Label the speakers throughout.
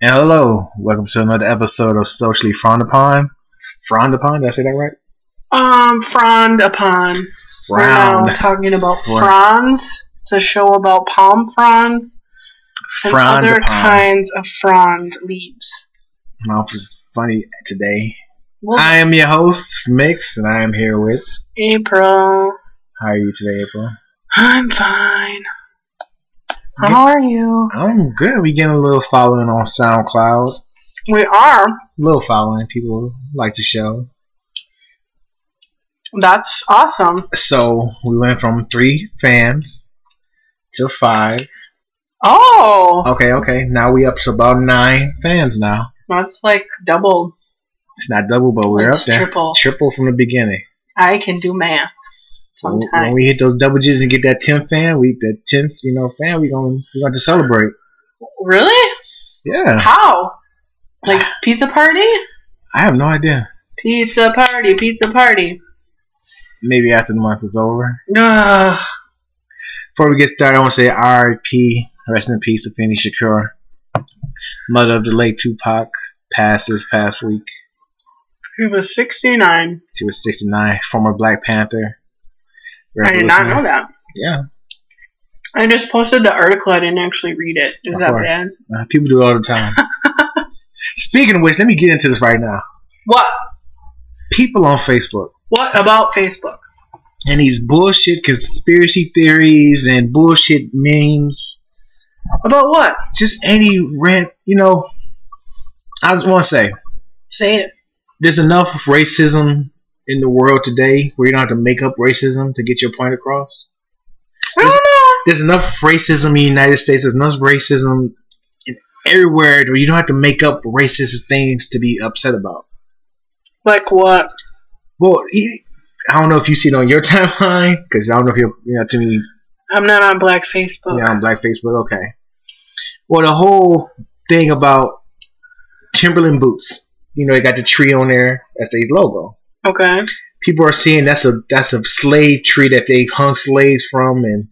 Speaker 1: And hello, welcome to another episode of Socially Frowned Upon. Frowned Upon, did I say that right?
Speaker 2: Um, frowned upon.
Speaker 1: Round.
Speaker 2: We're now talking about
Speaker 1: Right.
Speaker 2: fronds. It's a show about palm fronds and
Speaker 1: Frowned
Speaker 2: other
Speaker 1: upon.
Speaker 2: kinds of frond leaves.
Speaker 1: Mouth is funny today.
Speaker 2: Well,
Speaker 1: I am your host, Mix, and I am here with.
Speaker 2: April,
Speaker 1: How are you today, April?
Speaker 2: I'm fine. How are you?
Speaker 1: I'm good. We getting a little following on SoundCloud. A
Speaker 2: We are.
Speaker 1: little following. People like the show.
Speaker 2: That's awesome.
Speaker 1: So we went from three fans to five.
Speaker 2: Oh,
Speaker 1: Okay, okay. Now we up to about nine fans now.
Speaker 2: that's like double.
Speaker 1: It's not double, but we're
Speaker 2: It's
Speaker 1: up there.
Speaker 2: triple.
Speaker 1: Triple from the beginning.
Speaker 2: I can do math
Speaker 1: When-
Speaker 2: sometimes.
Speaker 1: When we hit those double G's and get that 10th fan, we that 10th, you know, fan, we going we going to celebrate.
Speaker 2: really?
Speaker 1: Oh, Yeah,
Speaker 2: How? Like pizza party?
Speaker 1: I have no idea.
Speaker 2: Pizza party, pizza party.
Speaker 1: Maybe after the month is over.
Speaker 2: Ugh.
Speaker 1: Before we get started, I want to say R.I.P. Rest in peace to Fanny Shakur, mother of the late Tupac, passed this past week.
Speaker 2: He was 69.
Speaker 1: She was 69, former Black Panther.
Speaker 2: I did not know that.
Speaker 1: Yeah,
Speaker 2: I just posted the article. I didn't actually read it. Is
Speaker 1: Of
Speaker 2: that
Speaker 1: course.
Speaker 2: bad?
Speaker 1: uh, people do it all the time. Speaking of which, let me get into this right now.
Speaker 2: What?
Speaker 1: People on Facebook.
Speaker 2: What about Facebook?
Speaker 1: and these bullshit conspiracy theories and bullshit memes.
Speaker 2: About what?
Speaker 1: Just any rant, you know. I just want to say,
Speaker 2: Say it.
Speaker 1: there's enough racism in the world today where you don't have to make up racism to get your point across.
Speaker 2: I don't know.
Speaker 1: There's enough racism in the United States. There's enough racism in everywhere where you don't have to make up racist things to be upset about.
Speaker 2: Like what?
Speaker 1: Well, e- I don't know if you see it on your timeline because I don't know if you're you know too many
Speaker 2: I'm not on Black Facebook.
Speaker 1: Yeah, on Black Facebook. Okay. Well, the whole thing about Timberland boots. You know, they got the tree on there as their logo.
Speaker 2: Okay.
Speaker 1: People are seeing that's a that's a slave tree that they hung slaves from, and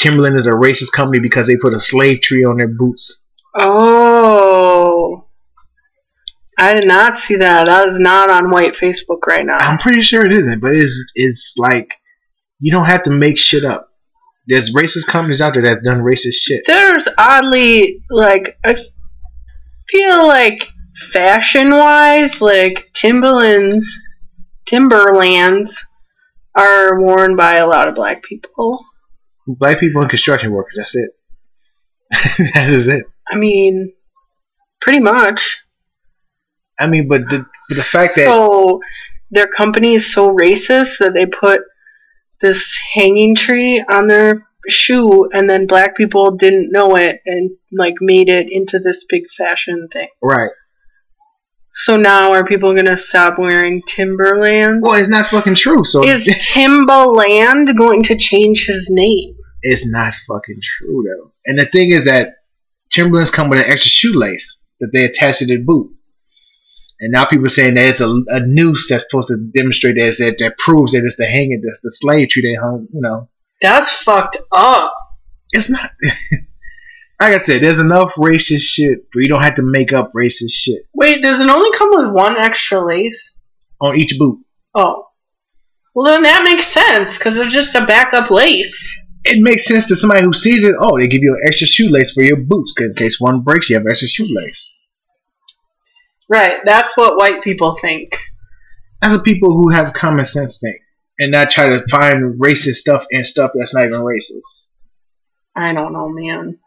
Speaker 1: Timberland is a racist company because they put a slave tree on their boots.
Speaker 2: Oh. I did not see that. That is not on white Facebook right now.
Speaker 1: I'm pretty sure it isn't, but it's it's like you don't have to make shit up. There's racist companies out there that done racist shit.
Speaker 2: There's oddly, like, I feel like fashion wise, like, Timberlands, Timberlands are worn by a lot of black people.
Speaker 1: Black people and construction workers. That's it. that is it.
Speaker 2: I mean, pretty much.
Speaker 1: I mean, but the but the fact that
Speaker 2: So their company is so racist that they put this hanging tree on their shoe, and then black people didn't know it and like made it into this big fashion thing.
Speaker 1: right.
Speaker 2: So now are people gonna stop wearing Timberland?
Speaker 1: Well, it's not fucking true. So
Speaker 2: Is Timbaland going to change his name?
Speaker 1: it's not fucking true though. And the thing is that Timberlands come with an extra shoelace that they attach to their boot. And now people are saying that it's a, a noose that's supposed to demonstrate that, that that proves that it's the hanging, that's the slave tree they hung. You know,
Speaker 2: That's fucked up.
Speaker 1: it's not. like I said, there's enough racist shit where you don't have to make up racist shit
Speaker 2: Wait, does it only come with one extra lace?
Speaker 1: on each boot.
Speaker 2: Oh. Well, then that makes sense, because it's just a backup lace.
Speaker 1: It makes sense to somebody who sees it. Oh, they give you an extra shoelace for your boots 'cause in case one breaks, you have an extra shoelace.
Speaker 2: Right, that's what white people think.
Speaker 1: That's what people who have common sense think and not try to find racist stuff and stuff that's not even racist.
Speaker 2: I don't know, man.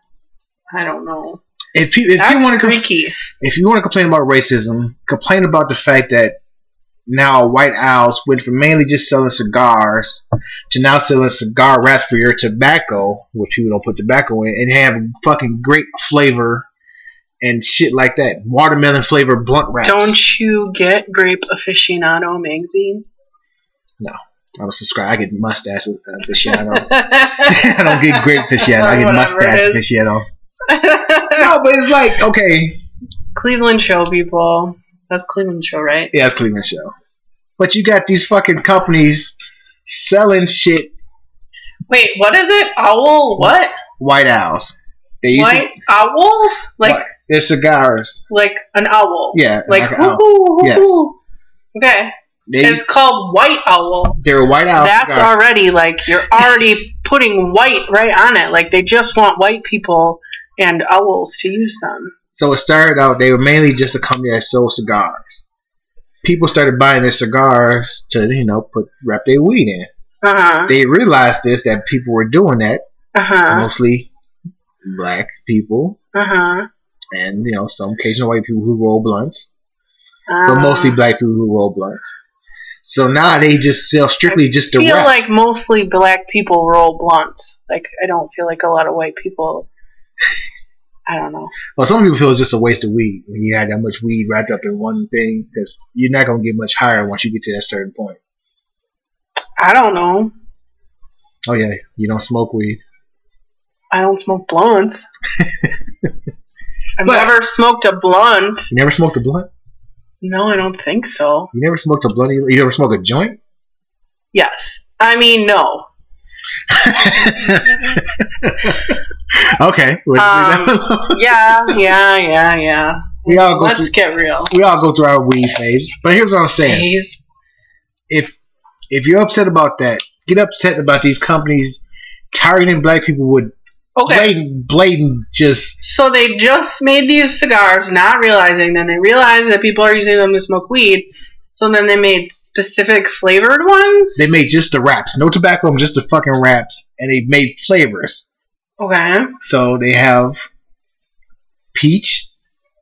Speaker 2: I don't know.
Speaker 1: If, pe- if
Speaker 2: That's
Speaker 1: you want to com-
Speaker 2: freaky.
Speaker 1: if you want to complain about racism, complain about the fact that now White Owls went from mainly just selling cigars to now selling cigar wraps for your tobacco, which people don't put tobacco in, and have fucking grape flavor and shit like that. Watermelon flavor blunt wraps.
Speaker 2: Don't you get Grape Aficionado magazine?
Speaker 1: I don't subscribe. I get mustache uh, aficionado. I don't get grape aficionado. I get
Speaker 2: Whatever
Speaker 1: mustache
Speaker 2: it is.
Speaker 1: aficionado. No, but it's like okay,
Speaker 2: Cleveland Show people. That's Cleveland Show, right?
Speaker 1: yeah, it's Cleveland show. But you got these fucking companies selling shit
Speaker 2: Wait, what is it? Owl? What?
Speaker 1: white owls. They used
Speaker 2: White owls?
Speaker 1: to,
Speaker 2: Like
Speaker 1: Whi- They're cigars.
Speaker 2: like an owl.
Speaker 1: Yeah,
Speaker 2: Like,
Speaker 1: an
Speaker 2: hoo
Speaker 1: owl.
Speaker 2: hoo hoo
Speaker 1: Yes.
Speaker 2: hoo. Okay.
Speaker 1: They, Oh,
Speaker 2: it's called white owl.
Speaker 1: they're white owl
Speaker 2: That's
Speaker 1: cigars.
Speaker 2: already like you're already putting white right on it. Like they just want white people and owls to use them.
Speaker 1: So it started out, they were mainly just a company that sold cigars. People started buying their cigars to, you know, put wrap their weed in.
Speaker 2: Uh huh.
Speaker 1: They realized this that people were doing that,
Speaker 2: Uh huh.
Speaker 1: mostly black people
Speaker 2: Uh huh.
Speaker 1: and, you know, some occasional white people who roll blunts, but
Speaker 2: Uh-huh.
Speaker 1: mostly black people who roll blunts. So now they just sell strictly just the
Speaker 2: I feel
Speaker 1: wrap.
Speaker 2: like mostly black people roll blunts. Like I don't feel like a lot of white people. I don't know.
Speaker 1: well, some people feel it's just a waste of weed when you had that much weed wrapped up in one thing because you're not going to get much higher once you get to that certain point.
Speaker 2: I don't know.
Speaker 1: Oh, yeah, you don't smoke weed.
Speaker 2: I don't smoke blunts. I've
Speaker 1: But-
Speaker 2: never smoked a blunt.
Speaker 1: You never smoked a blunt?
Speaker 2: No, I don't think so.
Speaker 1: You never smoked a bloody. You never smoked a joint.
Speaker 2: Yes. I mean, no.
Speaker 1: okay. we-
Speaker 2: Um, Yeah, yeah, yeah, yeah.
Speaker 1: we all go
Speaker 2: Let's
Speaker 1: through.
Speaker 2: get real.
Speaker 1: We all go through our weed phase. But here's what I'm saying:
Speaker 2: Please.
Speaker 1: if if you're upset about that, get upset about these companies targeting black people with
Speaker 2: Okay.
Speaker 1: blatant, blatant, just
Speaker 2: So they just made these cigars, not realizing. Then they realized that people are using them to smoke weed. So then they made specific flavored ones.
Speaker 1: they made just the wraps, no tobacco, just the fucking wraps, and they made flavors.
Speaker 2: Okay.
Speaker 1: So they have peach.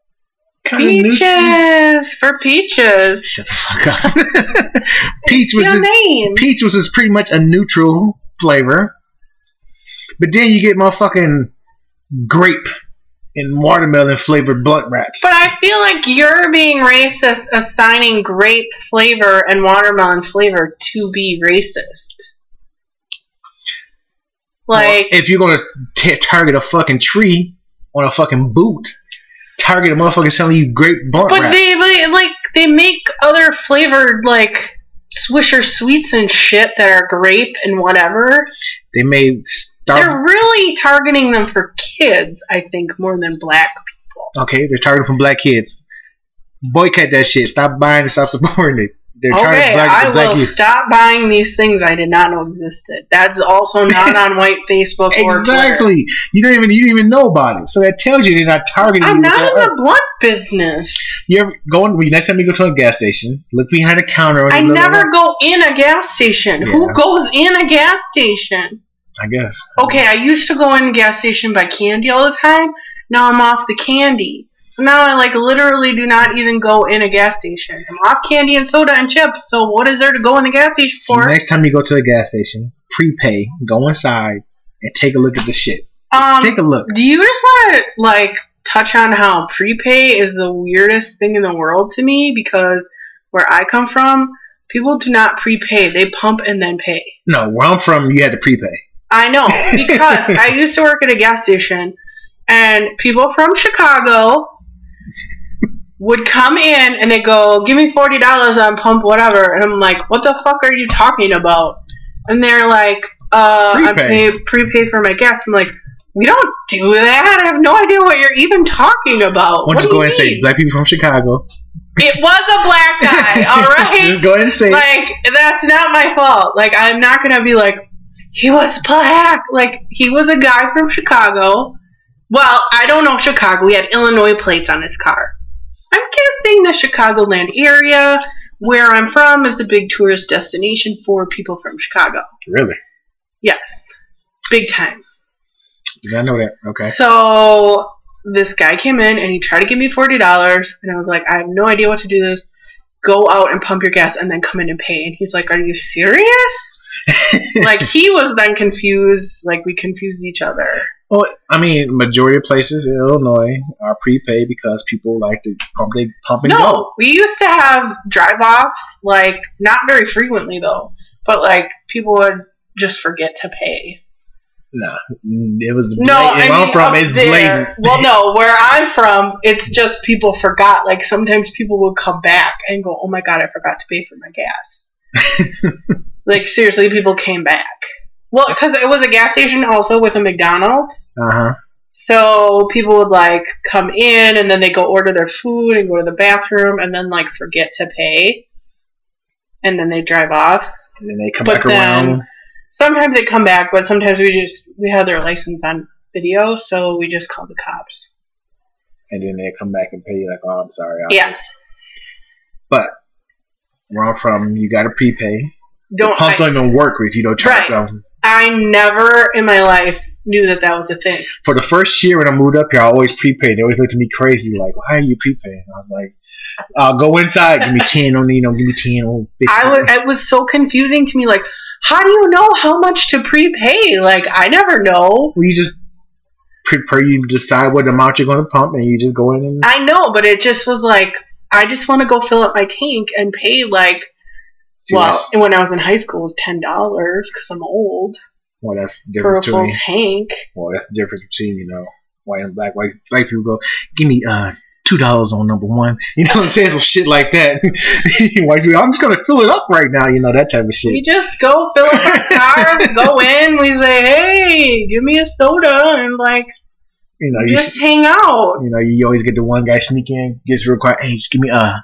Speaker 1: Kinda neutral.
Speaker 2: Peaches for peaches.
Speaker 1: Shut the fuck up. peach was
Speaker 2: Your
Speaker 1: just-
Speaker 2: name.
Speaker 1: peach was is pretty much a neutral flavor. But then you get motherfucking grape and watermelon flavored blunt wraps.
Speaker 2: But I feel like you're being racist assigning grape flavor and watermelon flavor to be racist. Like,
Speaker 1: if you're gonna t- target a fucking tree on a fucking boot, target a motherfucker selling you grape blunt
Speaker 2: but
Speaker 1: wraps.
Speaker 2: they they- like they make other flavored like Swisher sweets and shit that are grape and whatever.
Speaker 1: They made
Speaker 2: They're
Speaker 1: Star.
Speaker 2: really targeting them for kids, I think, more than black.
Speaker 1: okay, they're targeting from black kids. Boycott that shit. Stop buying and stop supporting it. They're targeting
Speaker 2: Okay,
Speaker 1: black,
Speaker 2: I
Speaker 1: the black
Speaker 2: will
Speaker 1: youth.
Speaker 2: stop buying these things I did not know existed. That's also not on white Facebook or Twitter.
Speaker 1: Exactly. You don't even you don't even know about it. So that tells you they're not targeting
Speaker 2: I'm
Speaker 1: you. with
Speaker 2: not
Speaker 1: that
Speaker 2: in
Speaker 1: other-
Speaker 2: the blunt business.
Speaker 1: You're going when- next time you go to a gas station, look behind a counter. On
Speaker 2: I
Speaker 1: the little-
Speaker 2: never go in a gas station.
Speaker 1: Yeah.
Speaker 2: Who goes in a gas station?
Speaker 1: I guess.
Speaker 2: Okay, I used to go in a gas station by candy all the time. Now I'm off the candy. So now I like literally do not even go in a gas station. I'm off candy and soda and chips. So what is there to go in the gas station for?
Speaker 1: Next time you go to a gas station, prepay, go inside, and take a look at the shit.
Speaker 2: Um,
Speaker 1: take a look.
Speaker 2: do you just want to like touch on how prepay is the weirdest thing in the world to me because where I come from, people do not prepay. They pump and then pay.
Speaker 1: No, where I'm from, you had to prepay.
Speaker 2: I know because I used to work at a gas station, and people from Chicago would come in and they go, "Give me forty dollars on pump, whatever," and I'm like, "What the fuck are you talking about?" And they're like, "Uh, I
Speaker 1: Prepay.
Speaker 2: pay prepay for my gas." I'm like, "We don't do that. I have no idea what you're even talking about."
Speaker 1: Why
Speaker 2: What
Speaker 1: don't
Speaker 2: do
Speaker 1: you go
Speaker 2: you
Speaker 1: ahead and say
Speaker 2: mean?
Speaker 1: black people from Chicago?
Speaker 2: It was a black guy, all right
Speaker 1: Just go ahead and say. it.
Speaker 2: like that's not my fault. Like I'm not gonna be like he was black. Like he was a guy from Chicago. Well, I don't know Chicago. He had Illinois plates on his car. I'm guessing the Chicagoland area where I'm from is a big tourist destination for people from Chicago.
Speaker 1: really?
Speaker 2: Yes. Big time.
Speaker 1: Yeah, I know that. Okay.
Speaker 2: So this guy came in and he tried to give me forty dollars, and I was like, I have no idea what to do. This go out and pump your gas, and then come in and pay. And he's like, Are you serious? like he was then confused. Like we confused each other.
Speaker 1: Well, I mean, majority of places in Illinois are prepay because people like to pump they pump and go.
Speaker 2: No, we used to have drive offs. Like not very frequently though, but like people would just forget to pay.
Speaker 1: Nah, mm, it was
Speaker 2: No,
Speaker 1: blatant. Where
Speaker 2: I mean,
Speaker 1: I'm from,
Speaker 2: up
Speaker 1: it's
Speaker 2: there-
Speaker 1: blatant.
Speaker 2: Well, no, where I'm from, it's just people forgot. Like sometimes people would come back and go, "Oh my god, I forgot to pay for my gas." like seriously, people came back. Well, because it was a gas station also with a McDonald's,
Speaker 1: Uh huh.
Speaker 2: So people would like come in and then they go order their food and go to the bathroom and then like forget to pay. And then they drive off.
Speaker 1: And then they come
Speaker 2: But
Speaker 1: back
Speaker 2: then-
Speaker 1: around.
Speaker 2: Sometimes they come back, but sometimes we just we have their license on video, so we just call the cops.
Speaker 1: And then they come back and pay you like, oh, I'm sorry. I-
Speaker 2: Yes.
Speaker 1: But where I'm from, you got to prepay.
Speaker 2: Don't
Speaker 1: the pumps
Speaker 2: I,
Speaker 1: don't even work if you don't charge
Speaker 2: Right.
Speaker 1: them.
Speaker 2: I never in my life knew that that was a thing.
Speaker 1: For the first year when I moved up here, I always prepaid. They always looked at me crazy, like, why are you prepaying? I was like, uh, go inside, give me 10, don't need no, give me 10. Oh, bitch.
Speaker 2: I was it was so confusing to me like how do you know how much to prepay? Like I never know.
Speaker 1: Well, you just prepare, you decide what amount you're going to pump, and you just go in and.
Speaker 2: I know, but it just was like I just want to go fill up my tank and pay like
Speaker 1: See,
Speaker 2: well,
Speaker 1: that's-
Speaker 2: and when I was in high school, it was ten dollars because I'm old
Speaker 1: well, that's the
Speaker 2: for a
Speaker 1: difference
Speaker 2: full
Speaker 1: between.
Speaker 2: tank.
Speaker 1: Well, that's the difference between you know white and black. White black people go, give me uh two dollars on number one. You know what I'm saying? Some shit like that. white people, I'm just gonna fill it up right now. You know that type of
Speaker 2: We
Speaker 1: shit.
Speaker 2: just go fill up our cars, go in, we say, "Hey, give me a soda," and like
Speaker 1: You know you.
Speaker 2: just hang out.
Speaker 1: you know, you always get the one guy sneak in, gets real quiet. Hey, just give me uh,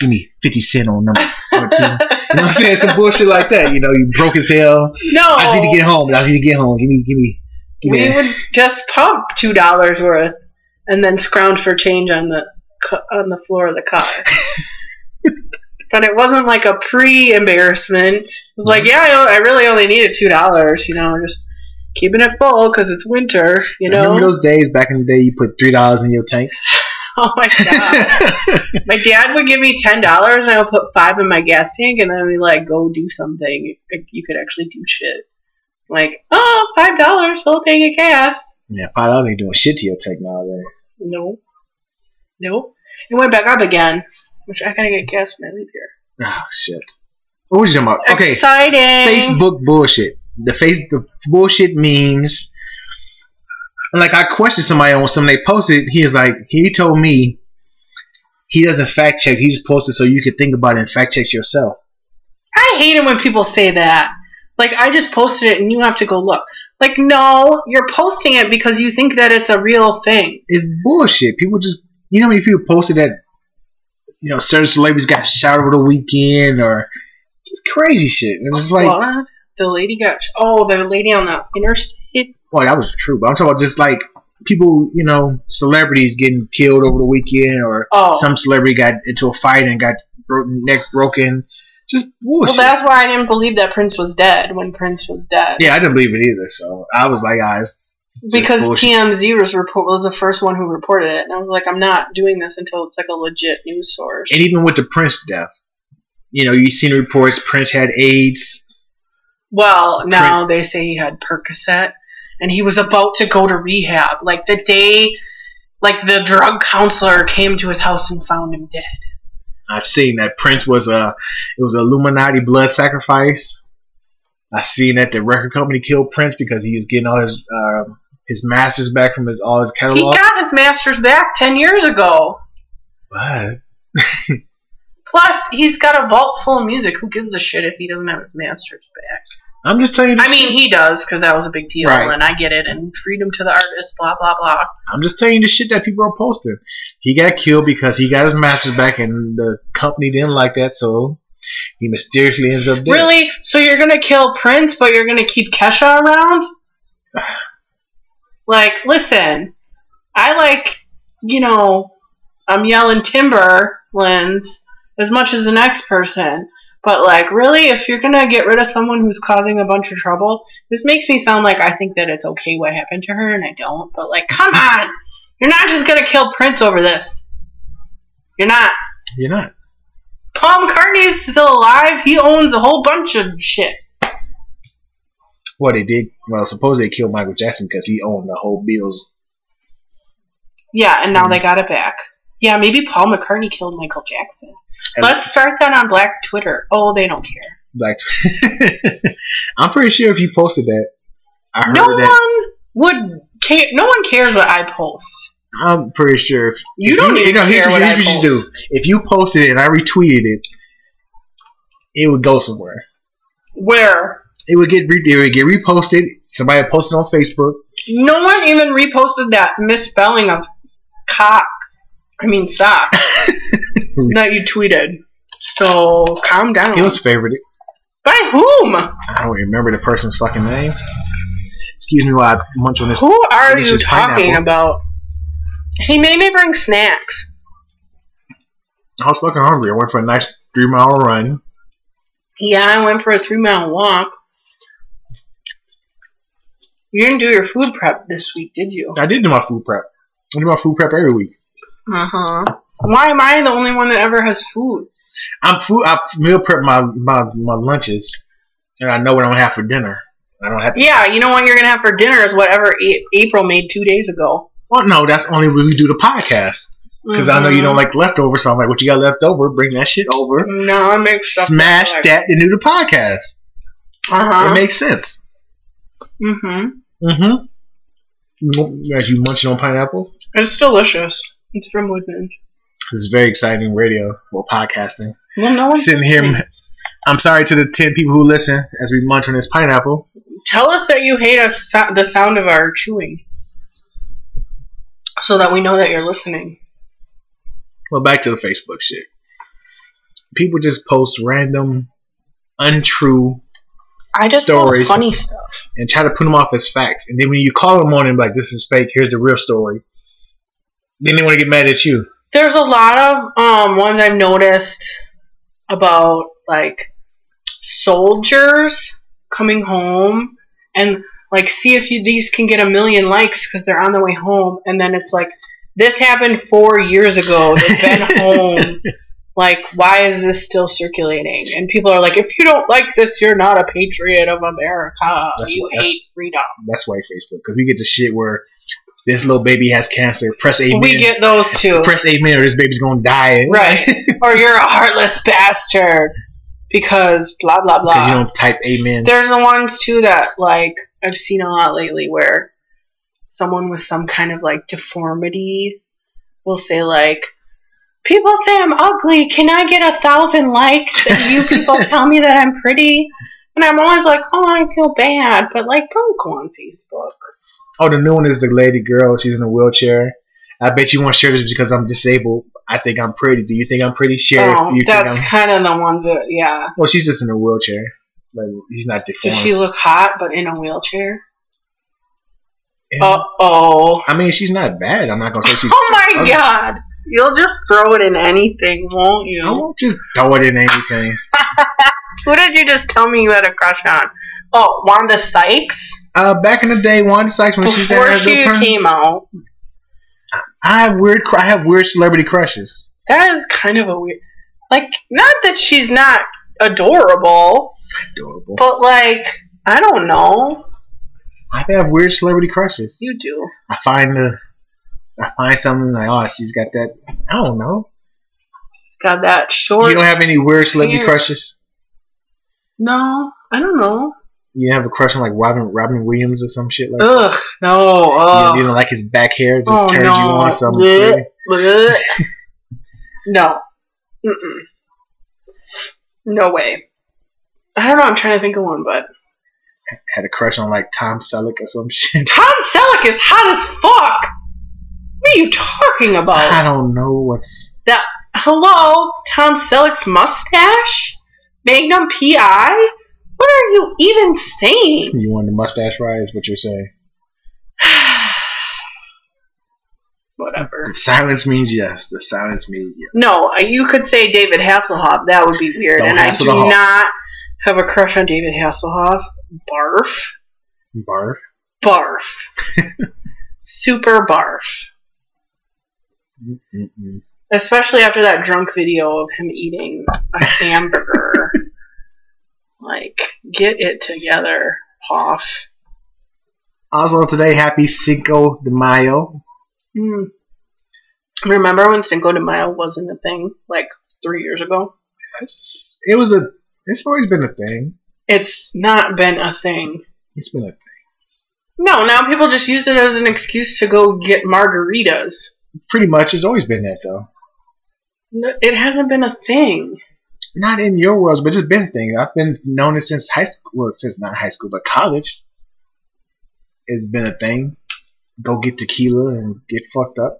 Speaker 1: give me fifty cent on number fourteen. you know what I'm saying? Some bullshit like that. You know, you broke as hell.
Speaker 2: No,
Speaker 1: I need to get home. I need to get home. Give me, give me, give me.
Speaker 2: we would just pump two dollars worth and then scrounge for change on the cu- on the floor of the car. but it wasn't like a pre embarrassment. It was like, yeah, I, o- I really only needed two dollars. You know, just keeping it full because it's winter. You know.
Speaker 1: Remember those days back in the day? You put three dollars in your tank.
Speaker 2: oh my god. my dad would give me ten dollars and I would put five in my gas tank and then we like go do something. Like, you could actually do shit. Like, oh, five dollars, whole tank of gas.
Speaker 1: yeah, five dollars ain't doing shit to your tank nowadays.
Speaker 2: No. No. It went back up again, which I gotta get gas when I leave here.
Speaker 1: Oh shit. What was your mouth? Okay,
Speaker 2: Exciting.
Speaker 1: Facebook bullshit. The face the bullshit memes. And, Like I questioned somebody on something they posted. He was like, he told me he doesn't fact check. He just posted so you could think about it and fact check yourself.
Speaker 2: I hate it when people say that. Like, I just posted it and you have to go look. Like, no, you're posting it because you think that it's a real thing.
Speaker 1: It's bullshit. People just you know how many people posted that you know certain celebrities got shot over the weekend or just crazy shit. And it's like, well,
Speaker 2: what? The lady got. Oh, the lady on the interstate.
Speaker 1: that was true. But I'm talking about just like people, you know, celebrities getting killed over the weekend or
Speaker 2: Oh.
Speaker 1: some celebrity got into a fight and got bro- neck broken. Just bullshit.
Speaker 2: well, that's why I didn't believe that Prince was dead when Prince was dead.
Speaker 1: yeah, I didn't believe it either. So I was like, ah, it's, it's just
Speaker 2: Because
Speaker 1: bullshit.
Speaker 2: TMZ was, report- was the first one who reported it. And I was like, I'm not doing this until it's like a legit news source.
Speaker 1: and even with the Prince death, you know, you seen reports Prince had AIDS.
Speaker 2: Well, now they say he had Percocet, and he was about to go to rehab. Like the day, like the drug counselor came to his house and found him dead.
Speaker 1: I've seen that Prince was a it was a Illuminati blood sacrifice. I seen that the record company killed Prince because he was getting all his um his masters back from his all his
Speaker 2: He
Speaker 1: catalog.
Speaker 2: got his master's back ten years ago.
Speaker 1: But
Speaker 2: Plus, he's got a vault full of music. Who gives a shit if he doesn't have his master's back?
Speaker 1: I'm just telling you. the
Speaker 2: I mean, he does because that was a big deal,
Speaker 1: Right.
Speaker 2: and I get it. And freedom to the artist, blah blah blah.
Speaker 1: I'm just telling you the shit that people are posting. He got killed because he got his masters back, and the company didn't like that, so he mysteriously ends up dead.
Speaker 2: Really? So you're gonna kill Prince, but you're gonna keep Kesha around? Like, listen, I like, you know, I'm yelling Timberlands as much as the next person, but like, really, if you're gonna get rid of someone who's causing a bunch of trouble, this makes me sound like I think that it's okay what happened to her, and I don't. But like, come on, you're not just gonna kill Prince over this. You're not.
Speaker 1: You're not.
Speaker 2: Paul McCartney's still alive. He owns a whole bunch of shit.
Speaker 1: Well, they did. Well, suppose they killed Michael Jackson because he owned the whole Bills.
Speaker 2: Yeah, and now
Speaker 1: Hmm.
Speaker 2: they got it back. Yeah, maybe Paul McCartney killed Michael Jackson.
Speaker 1: And-
Speaker 2: Let's start that on Black Twitter. Oh, they don't care.
Speaker 1: Like, I'm pretty sure if you posted that, I heard
Speaker 2: No
Speaker 1: that.
Speaker 2: one would care. No one cares what I post.
Speaker 1: I'm pretty sure. If,
Speaker 2: You
Speaker 1: if
Speaker 2: don't
Speaker 1: you,
Speaker 2: even
Speaker 1: know, here's,
Speaker 2: care what
Speaker 1: here's
Speaker 2: I
Speaker 1: what you
Speaker 2: post.
Speaker 1: do. If you posted it and I retweeted it, it would go somewhere.
Speaker 2: Where?
Speaker 1: It would get re- it would get reposted. Somebody posted on Facebook.
Speaker 2: No one even reposted that misspelling of cock. I mean sock that you tweeted. So calm down.
Speaker 1: It was favorited.
Speaker 2: By whom?
Speaker 1: I don't remember the person's fucking name. Excuse me while I munch on this.
Speaker 2: Who are
Speaker 1: This
Speaker 2: you
Speaker 1: is
Speaker 2: talking
Speaker 1: pineapple.
Speaker 2: about? He made me bring snacks.
Speaker 1: I was fucking hungry. I went for a nice three mile run.
Speaker 2: Yeah, I went for a three mile walk. You didn't do your food prep this week, did you?
Speaker 1: I did do my food prep. I do my food prep every week.
Speaker 2: Uh
Speaker 1: Uh-huh.
Speaker 2: huh. Why am I the only one that ever has food?
Speaker 1: I'm food. I meal prep my, my my lunches, and I know what I'm gonna have for dinner. I don't have to.
Speaker 2: Yeah, you know what you're gonna have for dinner is whatever a- April made two days ago.
Speaker 1: Well, oh, no, that's only when we do the podcast because I know you don't like leftovers. So I'm like, what you got left over? Bring that shit over.
Speaker 2: Mm-hmm. No, I make stuff.
Speaker 1: Smash that and do the podcast.
Speaker 2: Uh huh.
Speaker 1: It makes sense.
Speaker 2: mm-hmm.
Speaker 1: Mm-hmm. As you munching on pineapple,
Speaker 2: It's delicious. It's from Woodman's.
Speaker 1: this is very exciting radio or podcasting.
Speaker 2: Well, no one
Speaker 1: Sitting here, I'm sorry to the ten people who listen as we munch on this pineapple.
Speaker 2: Tell us that you hate us so- the sound of our chewing, so that we know that you're listening.
Speaker 1: Well, back to the Facebook shit. People just post random, untrue,
Speaker 2: I just
Speaker 1: Stories.
Speaker 2: post funny stuff.
Speaker 1: and try to put them off as facts. And then when you call them on and be like, "This is fake. Here's the real story," then they want to get mad at you.
Speaker 2: There's a lot of um ones I've noticed about like soldiers coming home and like see if you these can get a million likes because they're on the way home, and then it's like this happened four years ago. They've been home. Like, why is this still circulating? And people are like, if you don't like this, you're not a patriot of America.
Speaker 1: That's
Speaker 2: you
Speaker 1: what- that's-
Speaker 2: hate freedom.
Speaker 1: That's why Facebook, because we get the shit where this little baby has cancer. Press amen.
Speaker 2: We get those too.
Speaker 1: press amen, or this baby's gonna die.
Speaker 2: Right. or you're a heartless bastard because blah blah
Speaker 1: Because you
Speaker 2: blah.
Speaker 1: don't type amen.
Speaker 2: They're the ones too that like I've seen a lot lately where someone with some kind of like deformity will say like people say I'm ugly, can I get a thousand likes and you people tell me that I'm pretty? And I'm always like, Oh, I feel bad but like don't go on Facebook.
Speaker 1: Oh, the new one is the lady girl. She's in a wheelchair. I bet you won't share this because I'm disabled. I think I'm pretty. Do you think I'm pretty? Share. if
Speaker 2: Oh,
Speaker 1: you think
Speaker 2: that's
Speaker 1: I'm.
Speaker 2: kind of the ones that yeah.
Speaker 1: Well, she's just in a wheelchair. Like she's not
Speaker 2: Does
Speaker 1: deformed.
Speaker 2: she look hot but in a wheelchair?
Speaker 1: And-
Speaker 2: Uh oh.
Speaker 1: I mean, she's not bad. I'm not gonna say she's.
Speaker 2: Oh my
Speaker 1: Okay.
Speaker 2: god! You'll just throw it in anything, won't
Speaker 1: I
Speaker 2: you?
Speaker 1: won't just throw it in anything.
Speaker 2: Who did you just tell me you had a crush on? Oh, Wanda Sykes?
Speaker 1: Uh, back in the day, Wanda Sykes when she
Speaker 2: Before
Speaker 1: had
Speaker 2: she
Speaker 1: her
Speaker 2: came out.
Speaker 1: I have weird. cr- I have weird celebrity crushes.
Speaker 2: That is kind of a weird. Like, not that she's not adorable,
Speaker 1: Adorable.
Speaker 2: but like, I don't know.
Speaker 1: I have weird celebrity crushes.
Speaker 2: You do.
Speaker 1: I find the. I find something like, oh, she's got that. I don't know.
Speaker 2: Got that
Speaker 1: You
Speaker 2: short.
Speaker 1: don't have any weird celebrity
Speaker 2: Weird.
Speaker 1: crushes.
Speaker 2: No, I don't know.
Speaker 1: You have a crush on like Robin Robin Williams or some shit like. that?
Speaker 2: Ugh, no. oh.
Speaker 1: You,
Speaker 2: Ugh.
Speaker 1: don't- you don't like his back hair. Just
Speaker 2: Oh,
Speaker 1: turns
Speaker 2: no.
Speaker 1: you on some.
Speaker 2: Blech.
Speaker 1: shit.
Speaker 2: Blech. no. Mm-mm. No way. I don't know. I'm trying to think of one, but
Speaker 1: Had a crush on like Tom Selleck or some shit.
Speaker 2: Tom Selleck is hot as fuck. What are you talking
Speaker 1: I
Speaker 2: about?
Speaker 1: don't know what's.
Speaker 2: That hello, Tom Selleck's mustache, Magnum PI. What are you even saying?
Speaker 1: You want the mustache ride? Is what you're saying?
Speaker 2: Whatever.
Speaker 1: The silence means yes. The silence means yes.
Speaker 2: No, uh, you could say David Hasselhoff. That would be weird,
Speaker 1: Don't
Speaker 2: and I do
Speaker 1: Hasselhoff.
Speaker 2: not have a crush on David Hasselhoff. Barf.
Speaker 1: Barf.
Speaker 2: barf. Super barf.
Speaker 1: Mm-mm.
Speaker 2: Especially after that drunk video of him eating a hamburger. like, get it together, Hoff.
Speaker 1: Also today, happy Cinco de Mayo.
Speaker 2: Mm. Remember when Cinco de Mayo wasn't a thing, like three years ago?
Speaker 1: It was a. It's always been a thing.
Speaker 2: It's not been a thing.
Speaker 1: It's been a.
Speaker 2: No, now people just use it as an excuse to go get margaritas.
Speaker 1: Pretty much, it's always been that though.
Speaker 2: No, It hasn't been a thing.
Speaker 1: Not in your worlds, but it's been a thing. I've been known it since high school. Well, since not high school, but college. has been a thing. Go get tequila and get fucked up.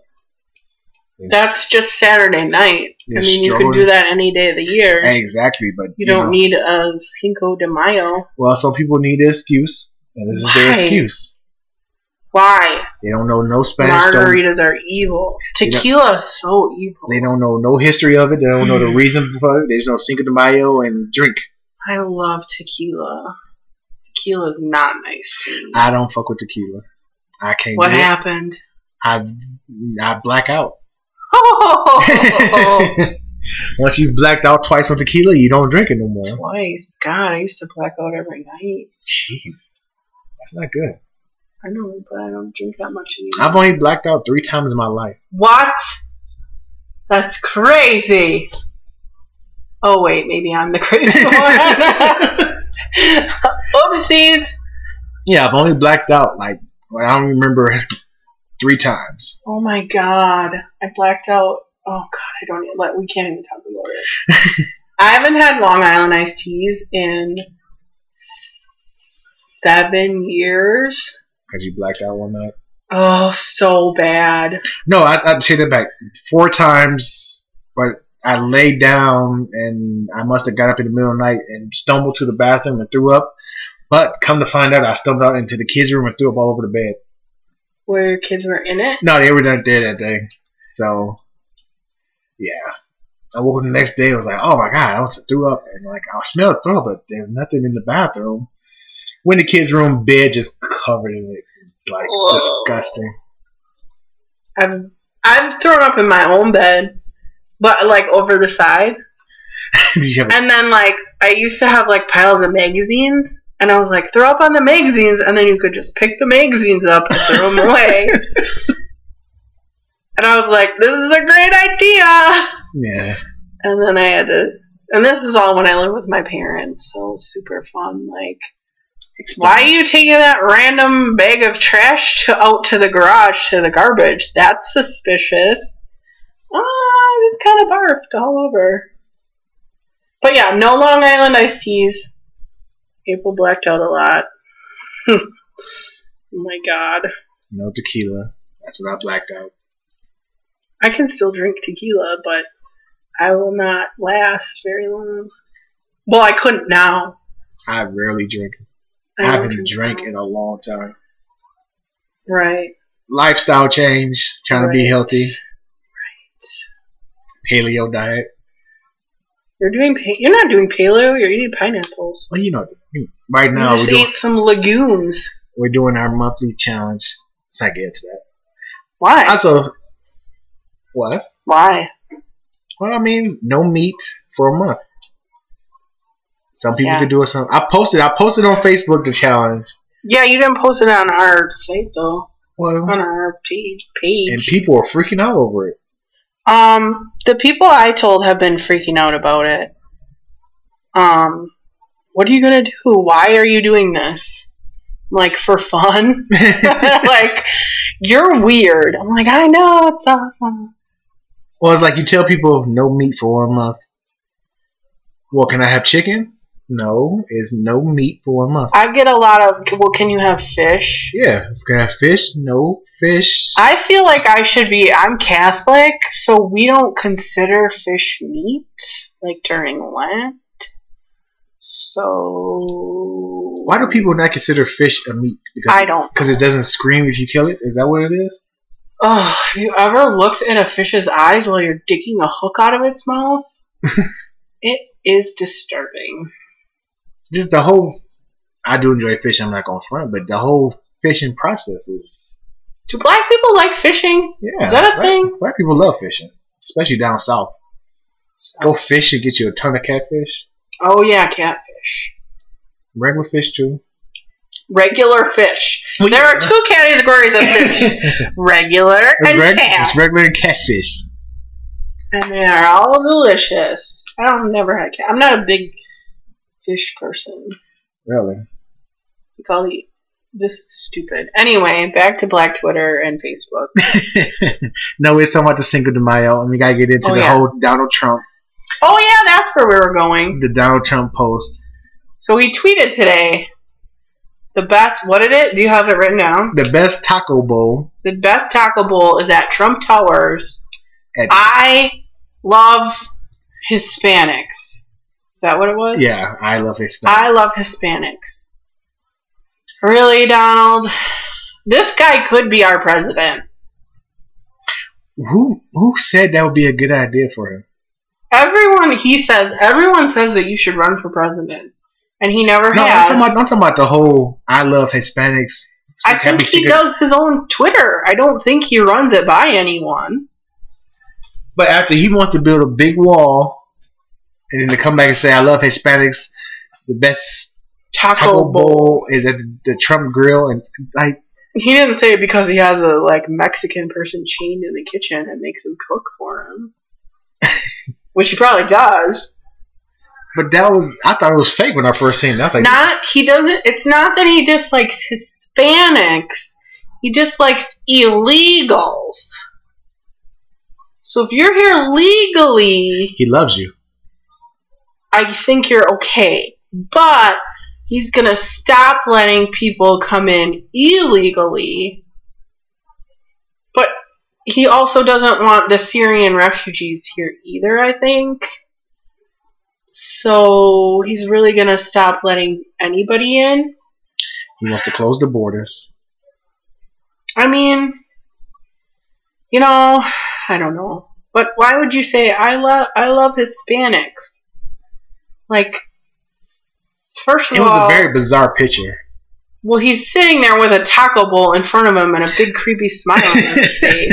Speaker 2: That's just Saturday night.
Speaker 1: Yeah,
Speaker 2: I mean, you
Speaker 1: stroll.
Speaker 2: can do that any day of the year.
Speaker 1: Exactly, but
Speaker 2: you don't
Speaker 1: know,
Speaker 2: need a Cinco de Mayo.
Speaker 1: Well, some people need an excuse, and this is their
Speaker 2: Why?
Speaker 1: excuse.
Speaker 2: Why?
Speaker 1: They don't know no Spanish. Don't,
Speaker 2: Margaritas are evil.
Speaker 1: They don't-
Speaker 2: Tequila is so evil.
Speaker 1: they don't know no history of it. They don't know the reason for it. They just know Cinco de Mayo and drink.
Speaker 2: I love tequila. Tequila's not nice to me.
Speaker 1: I don't fuck with tequila. I can't
Speaker 2: what
Speaker 1: do it.
Speaker 2: happened?
Speaker 1: I I black out.
Speaker 2: Oh,
Speaker 1: Once you've blacked out twice on tequila, you don't drink it no more.
Speaker 2: twice. God, I used to black out every night.
Speaker 1: Jeez, that's not good.
Speaker 2: I know, but I don't drink that much anymore.
Speaker 1: I've only blacked out three times in my life.
Speaker 2: What? That's crazy. Oh wait, maybe I'm the crazy one. Oopsies.
Speaker 1: Yeah, I've only blacked out like well, I don't remember three times.
Speaker 2: Oh my god, I blacked out. Oh god, I don't let. We can't even talk about it. I haven't had Long Island iced teas in seven years.
Speaker 1: Cause you blacked out one night.
Speaker 2: Oh, so bad.
Speaker 1: No, I, I take that back. Four times, but I laid down and I must have got up in the middle of the night and stumbled to the bathroom and threw up. But come to find out, I stumbled out into the kids' room and threw up all over the bed.
Speaker 2: Where your kids were in it.
Speaker 1: No, they were not there that day. So, yeah. I woke up the next day. I was like, oh my god, I was threw up and like I smelled throw, up, but there's nothing in the bathroom. Went in the kids' room, bed just covered in it. It's like
Speaker 2: Whoa.
Speaker 1: disgusting.
Speaker 2: I've I've thrown up in my own bed, but like over the side.
Speaker 1: Did you have a-
Speaker 2: And then like I used to have like piles of magazines, and I was like throw up on the magazines, and then you could just pick the magazines up and throw them away. And I was like, this is a great idea.
Speaker 1: yeah.
Speaker 2: And then I had to, and this is all when I lived with my parents, so it was super fun. Like, why are you taking that random bag of trash to out to the garage to the garbage? That's suspicious. Ah, I just kind of barfed all over. But yeah, no Long Island iced teas. April blacked out a lot. oh my god.
Speaker 1: No tequila. That's what I blacked out.
Speaker 2: I can still drink tequila, but I will not last very long. Well, I couldn't now.
Speaker 1: I rarely drink. I,
Speaker 2: don't
Speaker 1: haven't drank
Speaker 2: now.
Speaker 1: in a long time.
Speaker 2: Right.
Speaker 1: Lifestyle change, trying to be
Speaker 2: Right.
Speaker 1: healthy. Paleo diet.
Speaker 2: You're doing pa- you're not doing paleo. You're eating pineapples.
Speaker 1: Well, you know, right now
Speaker 2: No, you
Speaker 1: we're
Speaker 2: just
Speaker 1: doing,
Speaker 2: ate some legumes.
Speaker 1: we're doing our monthly challenge. Let's not get into that.
Speaker 2: Why?
Speaker 1: Also, what?
Speaker 2: Why?
Speaker 1: Well, I mean, no meat for a month. Some people
Speaker 2: Yeah.
Speaker 1: could do it. Some I posted. I posted on Facebook the challenge.
Speaker 2: Yeah, you didn't post it on our site though.
Speaker 1: Well,
Speaker 2: On our page.
Speaker 1: and
Speaker 2: page.
Speaker 1: people are freaking out over it.
Speaker 2: Um, the people I told have been freaking out about it. Um, what are you gonna do? Why are you doing this? Like for fun? like you're weird. I'm like, I know it's awesome.
Speaker 1: Well, it's like you tell people no meat for one month. Well, can I have chicken? No, it's no meat for one month.
Speaker 2: I get a lot of well, can you have fish?
Speaker 1: Yeah, can I have fish? No fish.
Speaker 2: I feel like I should be. I'm Catholic, so we don't consider fish meat like during Lent. So
Speaker 1: Why do people not consider fish a meat? Because
Speaker 2: I don't.
Speaker 1: because it doesn't scream if you kill it. Is that what it is?
Speaker 2: Oh, have you ever looked at a fish's eyes while you're digging a hook out of its mouth? it is disturbing.
Speaker 1: Just the whole. I do enjoy fishing. I'm not going to front, but the whole fishing process is.
Speaker 2: Do black people like fishing?
Speaker 1: Yeah,
Speaker 2: Is that a
Speaker 1: black,
Speaker 2: thing?
Speaker 1: Black people love fishing, especially down south. Go fish and get you a ton of catfish,
Speaker 2: Oh yeah, catfish.
Speaker 1: regular fish too.
Speaker 2: Regular fish. There are two categories of fish: regular
Speaker 1: It's,
Speaker 2: and
Speaker 1: reg-
Speaker 2: cat.
Speaker 1: it's regular and catfish.
Speaker 2: and they are all delicious. I don't never had cat. I'm not a big fish person.
Speaker 1: Really?
Speaker 2: Like I'll eat. This is stupid. Anyway, back to Black Twitter and Facebook.
Speaker 1: no, we're talking about the Cinco de Mayo, and we gotta get into
Speaker 2: Oh,
Speaker 1: the
Speaker 2: yeah.
Speaker 1: whole Donald Trump,
Speaker 2: Oh yeah, that's where we were going.
Speaker 1: the Donald Trump post.
Speaker 2: So he tweeted today The best, what is it? Do you have it written down?
Speaker 1: The best taco bowl
Speaker 2: The best taco bowl is at Trump Towers.
Speaker 1: at
Speaker 2: I love Hispanics. Is that what it was?
Speaker 1: yeah, I love Hispanic.
Speaker 2: I love Hispanics. Really, Donald? This guy could be our president.
Speaker 1: who who said that would be a good idea for him?
Speaker 2: Everyone, he says, everyone says that you should run for president. And he never
Speaker 1: No, I'm
Speaker 2: has.
Speaker 1: talking, about, I'm talking about the whole I love Hispanics.
Speaker 2: I think
Speaker 1: Happy
Speaker 2: he
Speaker 1: secret-
Speaker 2: does his own Twitter. I don't think he runs it by anyone.
Speaker 1: But after he wants to build a big wall, and then to come back and say I love Hispanics, the best
Speaker 2: Taco,
Speaker 1: taco
Speaker 2: Bowl.
Speaker 1: bowl is at the Trump Grill, and like
Speaker 2: He didn't say it because he has a like Mexican person chained in the kitchen and makes him cook for him, which he probably does.
Speaker 1: but that was I thought it was fake when I first seen it. I was like,
Speaker 2: not he doesn't it's not that he dislikes hispanics he dislikes illegals so if you're here legally
Speaker 1: he loves you.
Speaker 2: i think you're okay but he's gonna stop letting people come in illegally but he also doesn't want the syrian refugees here either i think so he's really gonna stop letting anybody in
Speaker 1: He wants to close the borders.
Speaker 2: I mean, you know, I don't know. But why would you say I love I love Hispanics? Like, first of
Speaker 1: It was
Speaker 2: all,
Speaker 1: a very bizarre picture.
Speaker 2: well, he's sitting there with a taco bowl in front of him and a big creepy smile on his face.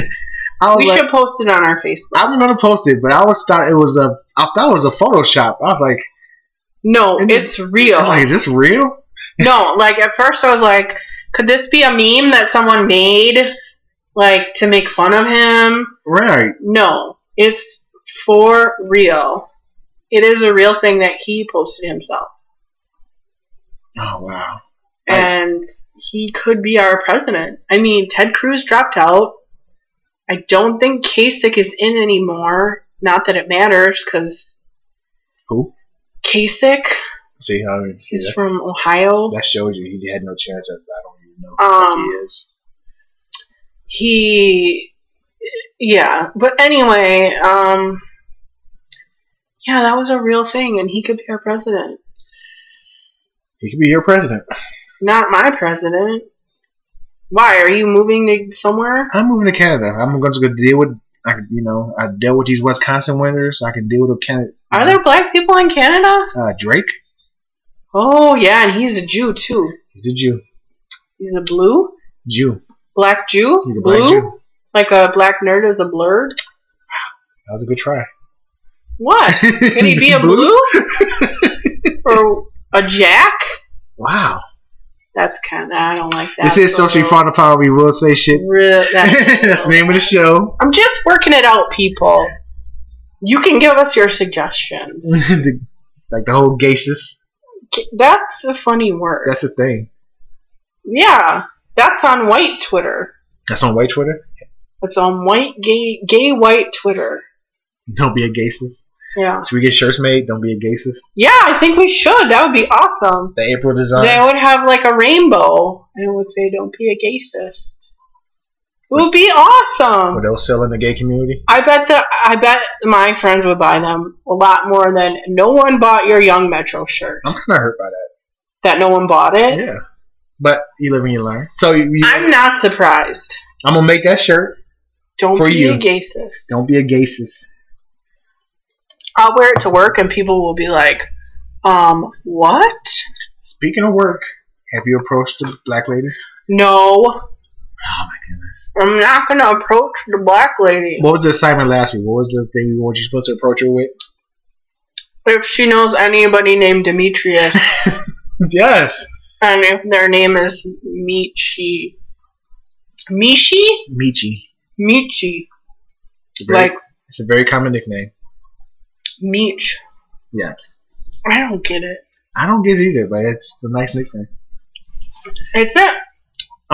Speaker 1: I was
Speaker 2: We
Speaker 1: Oh, like,
Speaker 2: should post it on our Facebook.
Speaker 1: I'm gonna post it, but I always thought it was a I thought it was a Photoshop. I was like,
Speaker 2: No,
Speaker 1: And- Oh,
Speaker 2: it's
Speaker 1: I was
Speaker 2: real.
Speaker 1: like is this real?
Speaker 2: No, like at first I was like, could this be a meme that someone made, like to make fun of him?
Speaker 1: Right.
Speaker 2: No, it's for real. It is a real thing that he posted himself.
Speaker 1: Oh wow. Right.
Speaker 2: And he could be our president. I mean, Ted Cruz dropped out. I don't think Kasich is in anymore. Not that it matters, because
Speaker 1: Who?
Speaker 2: Kasich
Speaker 1: See how it-
Speaker 2: is
Speaker 1: yeah,
Speaker 2: from Ohio.
Speaker 1: that shows you he had no chance. Of, I don't even know who
Speaker 2: Um,
Speaker 1: he is.
Speaker 2: he yeah but anyway um yeah that was a real thing and he could be our president
Speaker 1: He could be your president.
Speaker 2: not my president why are you moving to somewhere
Speaker 1: I'm moving to Canada. I'm going to go deal with. I can- you know I deal with these Wisconsin winters. I can deal with Canada.
Speaker 2: are there black people in canada
Speaker 1: uh, Drake?
Speaker 2: oh yeah and he's a jew too
Speaker 1: He's a Jew.
Speaker 2: he's a blue
Speaker 1: Jew.
Speaker 2: black jew
Speaker 1: He's a
Speaker 2: blue
Speaker 1: black Jew.
Speaker 2: like a black nerd is a blurred
Speaker 1: That was a good try.
Speaker 2: what could he be a blue or a jack
Speaker 1: Wow.
Speaker 2: that's kind of i don't like that
Speaker 1: this is
Speaker 2: So-
Speaker 1: socially fun upon. We will say shit.
Speaker 2: Re- that's-
Speaker 1: That's the name of the show.
Speaker 2: I'm just working it out, people. You can give us your suggestions.
Speaker 1: The- like the whole gases. Mm-hmm.
Speaker 2: That's a funny word.
Speaker 1: That's the thing.
Speaker 2: yeah, that's on white Twitter.
Speaker 1: That's on white Twitter.
Speaker 2: It's on white gay gay white Twitter.
Speaker 1: Don't be a gases.
Speaker 2: Yeah,
Speaker 1: So we get shirts made. Don't be a gases.
Speaker 2: yeah. I think we should. That would be awesome.
Speaker 1: The April design.
Speaker 2: They would have like a rainbow and it would say, "Don't be a gayist." It would be
Speaker 1: Were
Speaker 2: awesome.
Speaker 1: those selling the gay community?
Speaker 2: I bet that I bet my friends would buy them a lot more than no one bought your Young Metro shirt.
Speaker 1: I'm kind of hurt by that.
Speaker 2: That no one bought it.
Speaker 1: Yeah. But you live and you learn. So you, you-
Speaker 2: I'm not surprised.
Speaker 1: I'm gonna make that shirt.
Speaker 2: Don't
Speaker 1: For
Speaker 2: be
Speaker 1: you.
Speaker 2: a gay sis.
Speaker 1: Don't be a gases.
Speaker 2: I'll wear it to work and people will be like, um, what?
Speaker 1: Speaking of work, have you approached the black lady?
Speaker 2: No,
Speaker 1: Oh my goodness.
Speaker 2: I'm not gonna approach the black lady.
Speaker 1: What was the assignment last week? What was the thing we were you supposed to approach her with?
Speaker 2: If she knows anybody named Demetrius
Speaker 1: yes.
Speaker 2: and if their name is Michi. Mishi?
Speaker 1: Michi.
Speaker 2: Michi.
Speaker 1: It's a very,
Speaker 2: Like,
Speaker 1: it's a very common nickname.
Speaker 2: Meech.
Speaker 1: Yes.
Speaker 2: I don't get it.
Speaker 1: I don't get it either, but it's a nice nickname.
Speaker 2: It's not.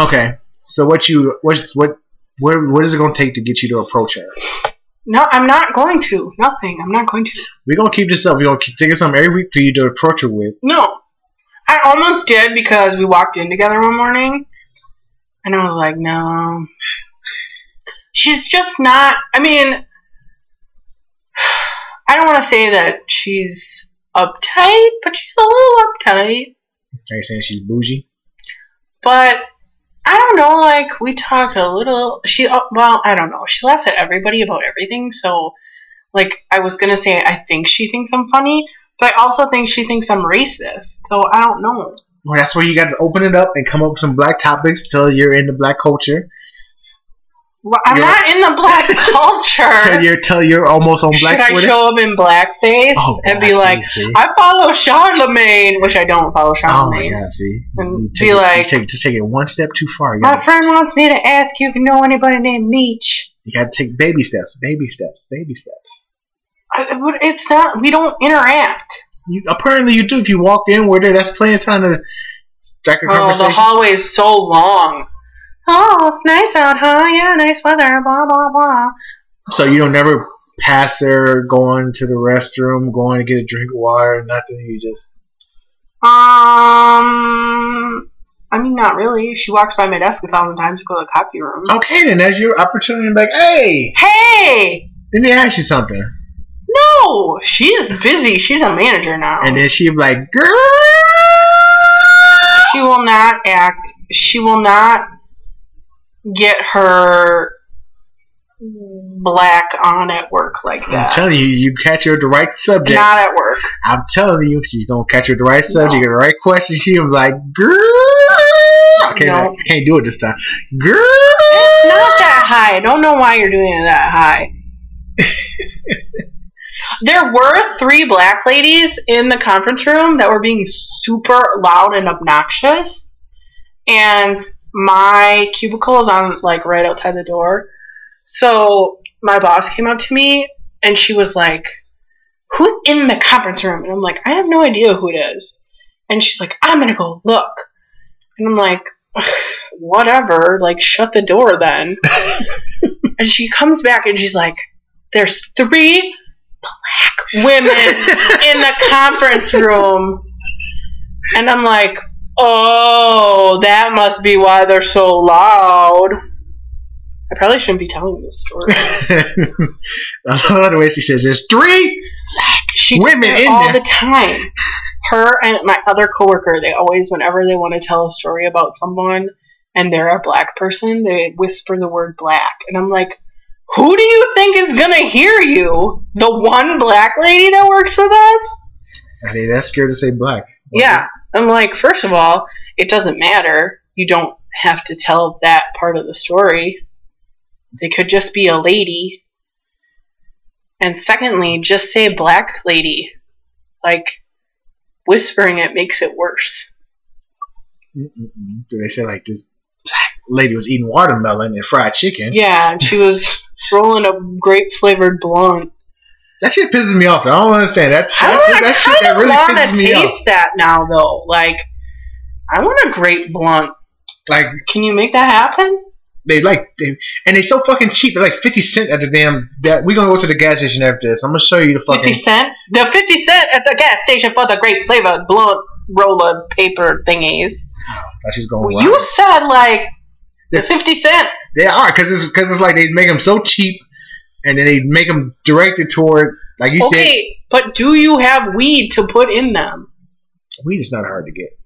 Speaker 1: Okay. So what you what what what, what is it gonna take to get you to approach her?
Speaker 2: No, I'm not going to. Nothing. I'm not going to.
Speaker 1: We're gonna keep this up. We're gonna keep taking something every week for you to approach her with.
Speaker 2: No. I I almost did because we walked in together one morning, and I was like, no, she's just not. I mean, I don't want to say that she's uptight, but she's a little uptight.
Speaker 1: Are you saying she's bougie?
Speaker 2: But I don't know. Like we talked a little. She uh, well, I don't know. She laughs at everybody about everything. So, like I was gonna say, I think she thinks I'm funny, but I also think she thinks I'm racist. So I don't know.
Speaker 1: Well, that's where you got to open it up and come up with some black topics till you're in the black culture.
Speaker 2: Well, I'm
Speaker 1: You're-
Speaker 2: not in the black
Speaker 1: Till
Speaker 2: culture.
Speaker 1: you're till you're almost on black.
Speaker 2: Uh-huh. Should I
Speaker 1: Twitter.
Speaker 2: show up in blackface
Speaker 1: Oh,
Speaker 2: and
Speaker 1: God,
Speaker 2: be like,
Speaker 1: see, see.
Speaker 2: I follow Charlemagne, which I don't follow
Speaker 1: Oh my
Speaker 2: Charlemagne.
Speaker 1: god, see,
Speaker 2: And
Speaker 1: You
Speaker 2: be
Speaker 1: take it- you
Speaker 2: like- Uh-huh.
Speaker 1: take, just take it one step too far. You
Speaker 2: my
Speaker 1: gotta,
Speaker 2: friend wants me to ask you if you know anybody named Meech.
Speaker 1: you gotta take baby steps, baby steps, baby steps.
Speaker 2: I, but it's not. We don't interact.
Speaker 1: You, apparently, you do. If you walked in with her, that's plenty of time to strike a
Speaker 2: Oh, the
Speaker 1: conversation.
Speaker 2: hallway's so long. Oh, it's nice out, huh? Yeah, nice weather. Blah blah blah.
Speaker 1: so you don't never pass her going to the restroom, going to get a drink of water, nothing. You just
Speaker 2: Um, I mean, not really. She walks by my desk a thousand times to go to the copy room.
Speaker 1: okay, then that's your opportunity. to be Like, hey,
Speaker 2: Hey,
Speaker 1: let me ask you something.
Speaker 2: no, she is busy. She's a manager now.
Speaker 1: And then she'd be like, girl.
Speaker 2: she will not act. She will not get her black on at work like
Speaker 1: I'm
Speaker 2: that.
Speaker 1: telling you, you catch her at the right subject.
Speaker 2: Not at work.
Speaker 1: I'm telling you, she's gonna catch her at the right
Speaker 2: No.
Speaker 1: subject, at the right question. She was like, girl. Okay,
Speaker 2: No.
Speaker 1: I can't do it this time. Girl.
Speaker 2: It's not that high. I don't know why you're doing it that high. there were three black ladies in the conference room that were being super loud and obnoxious. And my cubicle is on like right outside the door. So my boss came up to me and she was like, Who's in the conference room? And I'm like, I have no idea who it is. And she's like, I'm gonna go look. And I'm like, whatever, like shut the door then. and she comes back and she's like, There's three black women in the conference room. And I'm like, Oh, that must be why they're so loud. I probably shouldn't be telling this story.
Speaker 1: I love the way she says there's three.
Speaker 2: She
Speaker 1: Women
Speaker 2: does it
Speaker 1: in
Speaker 2: all
Speaker 1: there.
Speaker 2: the time. Her and my other coworker, they always, whenever they want to tell a story about someone and they're a black person, they whisper the word black. And I'm like, who do you think is gonna hear you? The one black lady that works with us?
Speaker 1: I mean, that's scared to say black.
Speaker 2: Yeah. I'm like, first of all, it doesn't matter. You don't have to tell that part of the story. They could just be a lady. And secondly, just say black lady. Like, whispering it makes it worse.
Speaker 1: Mm-mm-mm. Do they say like this lady was eating watermelon and fried chicken?
Speaker 2: Yeah, and she was rolling a grape flavored blunt.
Speaker 1: That shit pisses me off. Though. I don't understand that.
Speaker 2: I,
Speaker 1: that, that shit that really
Speaker 2: want to
Speaker 1: pisses me
Speaker 2: taste
Speaker 1: off.
Speaker 2: that now, though. Like, I want a grape blunt.
Speaker 1: Like
Speaker 2: Can you make that happen?
Speaker 1: they like they, and they so fucking cheap. They're like fifty cent at the damn. That, we gonna go to the gas station after this. I'm gonna show you the fucking.
Speaker 2: 50 cent? The 50 cent at the gas station for the great flavor blunt roller paper thingies.
Speaker 1: Thought she's going.
Speaker 2: Well,
Speaker 1: wild.
Speaker 2: You said like the 50 cent.
Speaker 1: They are because it's because it's like they make them so cheap, and then they make them directed toward like you said,
Speaker 2: okay, but do you have weed to put in them?
Speaker 1: weed is not hard to get.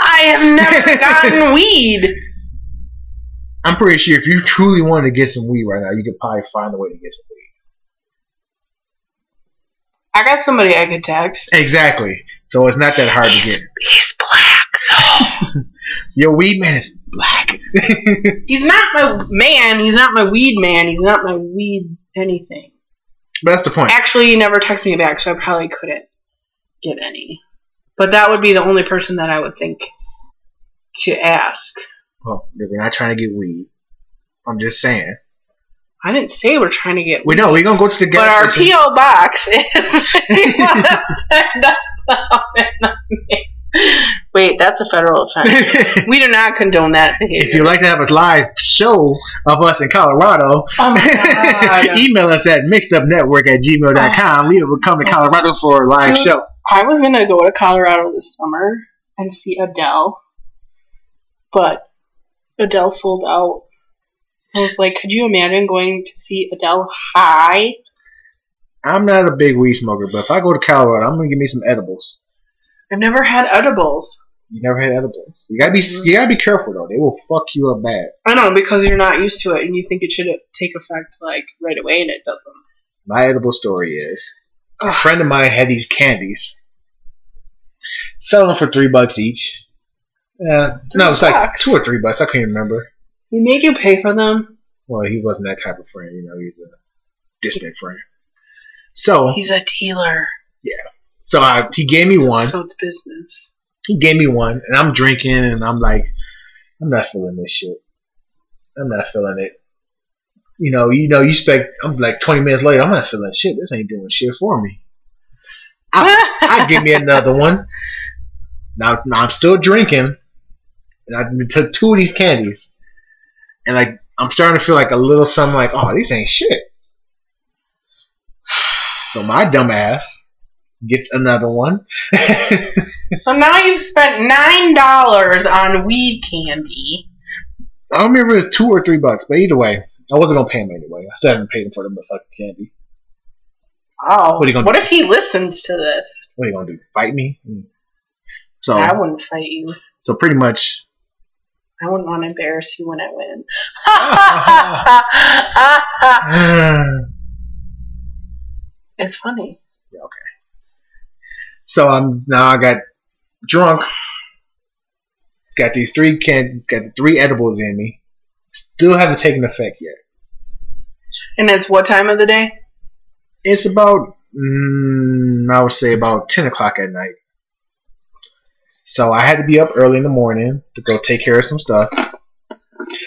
Speaker 2: I have never gotten weed.
Speaker 1: I'm pretty sure if you truly wanted to get some weed right now, you could probably find a way to get some weed.
Speaker 2: I got somebody I could text.
Speaker 1: Exactly. So it's not that hard to get.
Speaker 2: He's black.
Speaker 1: Your weed man is black.
Speaker 2: he's not my man. He's not my weed man. He's not my weed anything.
Speaker 1: but that's the point.
Speaker 2: Actually, you never texted me back, so I probably couldn't get any. But that would be the only person that I would think to ask.
Speaker 1: Well, we're not trying to get weed. I'm just saying.
Speaker 2: I didn't say we're trying to get.
Speaker 1: We know we're gonna go to the
Speaker 2: but
Speaker 1: gas
Speaker 2: our
Speaker 1: station.
Speaker 2: PO box is. Wait, that's a federal offense. We do not condone that
Speaker 1: if
Speaker 2: behavior.
Speaker 1: you'd like to have a live show of us in Colorado,
Speaker 2: Oh my God.
Speaker 1: email us at mixedupnetwork at gmail.com. We will come to Colorado for a live
Speaker 2: Dude.
Speaker 1: show.
Speaker 2: I was gonna go to Colorado this summer, and see Adele. But Adele sold out. I was like, could you imagine going to see Adele high?
Speaker 1: I'm not a big weed smoker, but if I go to Colorado, I'm gonna give me some edibles.
Speaker 2: I've never had edibles.
Speaker 1: You never had edibles. You gotta be
Speaker 2: Mhm.
Speaker 1: you gotta be careful though. They will fuck you up bad.
Speaker 2: I know, because you're not used to it and you think it should take effect like right away and it doesn't.
Speaker 1: My edible story is a
Speaker 2: Ugh.
Speaker 1: friend of mine had these candies, selling them for three bucks each. Uh, no, it was like
Speaker 2: bucks?
Speaker 1: two or three bucks. I can't remember.
Speaker 2: They made you pay for them.
Speaker 1: Well, he wasn't that type of friend. You know, he's a distant friend. So,
Speaker 2: He's a dealer,
Speaker 1: so I, he gave me one.
Speaker 2: so it's business.
Speaker 1: he gave me one, and I'm drinking, and I'm like, I'm not feeling this shit. I'm not feeling it. You know, you know, you expect. I'm like 20 minutes later, I'm not feeling shit. This ain't doing shit for me. I give me another one. Now, now I'm still drinking, and I took two of these candies, and like I'm starting to feel like a little something like, oh, these ain't shit. So my dumb ass gets another one.
Speaker 2: so now you've spent nine dollars on weed candy.
Speaker 1: I don't remember if it was two or three bucks, but either way, I wasn't gonna pay him anyway. I still haven't paid him for the motherfucking candy.
Speaker 2: Oh,
Speaker 1: What are you gonna
Speaker 2: what if he listens to this?
Speaker 1: What are you gonna do? Fight me? Mm. So
Speaker 2: I wouldn't fight you.
Speaker 1: so pretty much
Speaker 2: I wouldn't want to embarrass you when I win. it's funny.
Speaker 1: so I'm now I got drunk. Got these three can got the three edibles in me. Still haven't taken effect yet.
Speaker 2: And it's what time of the day?
Speaker 1: It's about mm, I would say about ten o'clock at night. So I had to be up early in the morning to go take care of some stuff.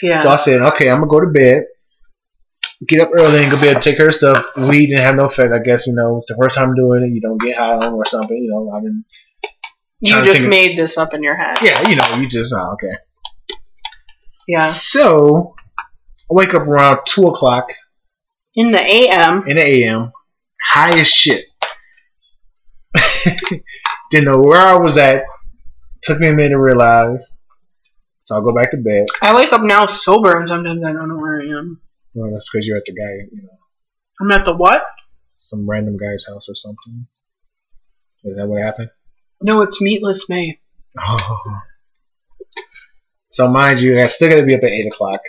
Speaker 2: Yeah.
Speaker 1: So I said, okay, I'm gonna go to bed, get up early and go to bed, take care of stuff. Weed didn't have no effect, I guess. You know, it's the first time doing it, you don't get high on or something. You know, I mean,
Speaker 2: you
Speaker 1: I'm
Speaker 2: just
Speaker 1: thinking-
Speaker 2: made this up in your head.
Speaker 1: yeah, you know, you just oh, okay.
Speaker 2: Yeah.
Speaker 1: So I wake up around two o'clock
Speaker 2: In the AM.
Speaker 1: in the a.m. high as shit. Didn't know where I was at. Took me a minute to realize. So I go back to bed.
Speaker 2: I wake up now sober and sometimes I don't know where I am.
Speaker 1: Well, that's because you're at the guy, you know,
Speaker 2: I'm at the what?
Speaker 1: some random guy's house or something. Is that what happened?
Speaker 2: No, it's Meatless May.
Speaker 1: Oh. So mind you, I still gotta be up at eight o'clock.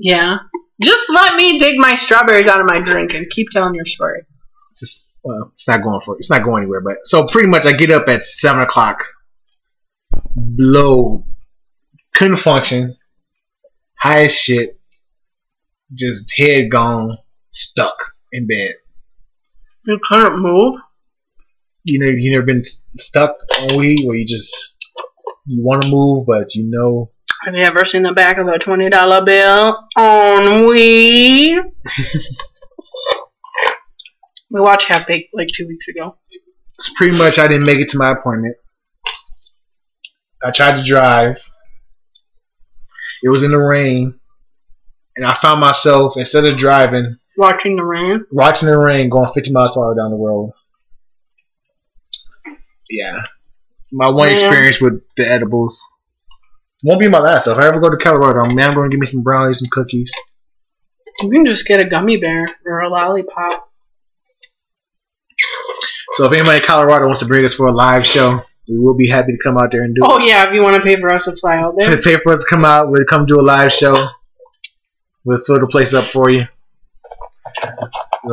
Speaker 2: Yeah. Just let me dig my strawberries out of my drink and keep telling your story.
Speaker 1: It's just well, it's not going for it's not going anywhere. But so pretty much, I get up at seven o'clock. Blow, couldn't function, high as shit, just head gone, stuck in bed.
Speaker 2: You couldn't move?
Speaker 1: You know, you never been s- stuck on weed where you just you want to move, but you know
Speaker 2: Have you ever seen the back of a twenty dollar bill on weed? we watched Half Baked like two weeks ago.
Speaker 1: it's pretty much I didn't make it to my appointment. I tried to drive. It was in the rain, and I found myself instead of driving,
Speaker 2: Watching the rain.
Speaker 1: watching the rain going 50 miles per hour down the road. Yeah, my one
Speaker 2: Yeah.
Speaker 1: experience with the edibles won't be my last. Though. If I ever go to Colorado, man, I'm going to give me some brownies, some cookies.
Speaker 2: You can just get a gummy bear or a lollipop.
Speaker 1: So if anybody in Colorado wants to bring us for a live show, we will be happy to come out there and do it.
Speaker 2: Oh yeah, if you want to pay for us to fly out
Speaker 1: Pay
Speaker 2: there.
Speaker 1: pay for us to come out. We'll come do a live show. We'll fill the place up for you.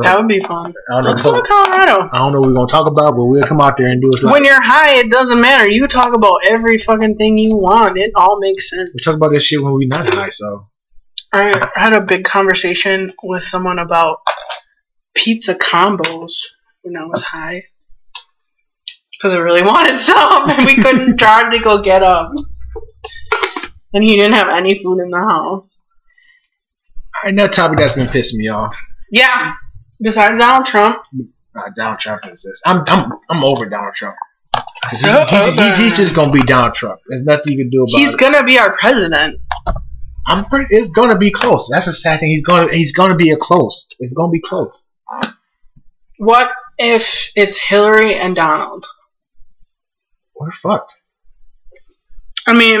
Speaker 2: That would be fun.
Speaker 1: I don't
Speaker 2: Let's
Speaker 1: know.
Speaker 2: go to Colorado.
Speaker 1: I don't know what we're gonna talk about, but we'll come out there and do it.
Speaker 2: When you're high, it doesn't matter. You can talk about every fucking thing you want. It all makes sense.
Speaker 1: we talk about this shit when we're not high. So
Speaker 2: I had a big conversation with someone about pizza combos when I was high. Because I really wanted some, and we couldn't charge to go get them. And he didn't have any food in the house.
Speaker 1: another topic that's been pissing me off.
Speaker 2: Yeah, besides Donald Trump.
Speaker 1: Uh, Donald Trump is this. I'm I'm I'm over Donald Trump. 'Cause he- he- he- he's just gonna be Donald Trump. There's nothing you can do about
Speaker 2: He's
Speaker 1: it.
Speaker 2: gonna be our president.
Speaker 1: I'm pretty. It's gonna be close. That's the sad thing. He's gonna he's gonna be a close. It's gonna be close.
Speaker 2: What if it's Hillary and Donald?
Speaker 1: We're fucked.
Speaker 2: I mean,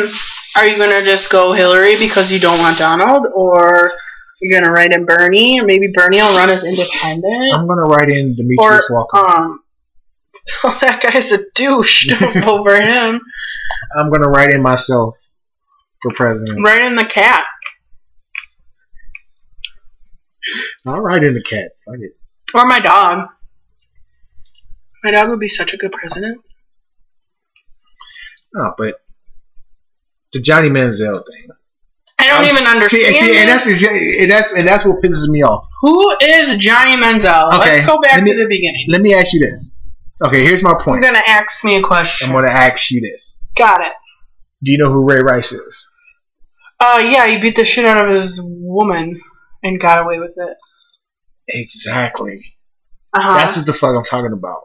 Speaker 2: are you gonna just go Hillary because you don't want Donald, or you're gonna write in Bernie, or maybe Bernie will run as independent,
Speaker 1: I'm gonna write in
Speaker 2: or
Speaker 1: Demetrius Walker.
Speaker 2: um, oh, that guy's a douche. Don't vote for him.
Speaker 1: I'm gonna write in myself for president.
Speaker 2: Right in the cat.
Speaker 1: I'll write in the cat. Fuck it.
Speaker 2: Or my dog. My dog would be such a good president.
Speaker 1: No, but the Johnny Manziel thing.
Speaker 2: I
Speaker 1: I'm-
Speaker 2: don't even
Speaker 1: Um, See,
Speaker 2: understand.
Speaker 1: and, see, and that's
Speaker 2: it.
Speaker 1: and that's and that's what pisses me off.
Speaker 2: Who is Johnny Manziel?
Speaker 1: Okay,
Speaker 2: Let's go back
Speaker 1: let me-
Speaker 2: to the beginning.
Speaker 1: Let me ask you this. Okay, here's my
Speaker 2: You're
Speaker 1: point.
Speaker 2: gonna ask me a question.
Speaker 1: I'm gonna ask you this.
Speaker 2: Got it.
Speaker 1: Do you know who Ray Rice is?
Speaker 2: Uh, yeah, he beat the shit out of his woman and got away with it.
Speaker 1: Exactly.
Speaker 2: Uh
Speaker 1: That's
Speaker 2: huh.
Speaker 1: what the fuck I'm talking about.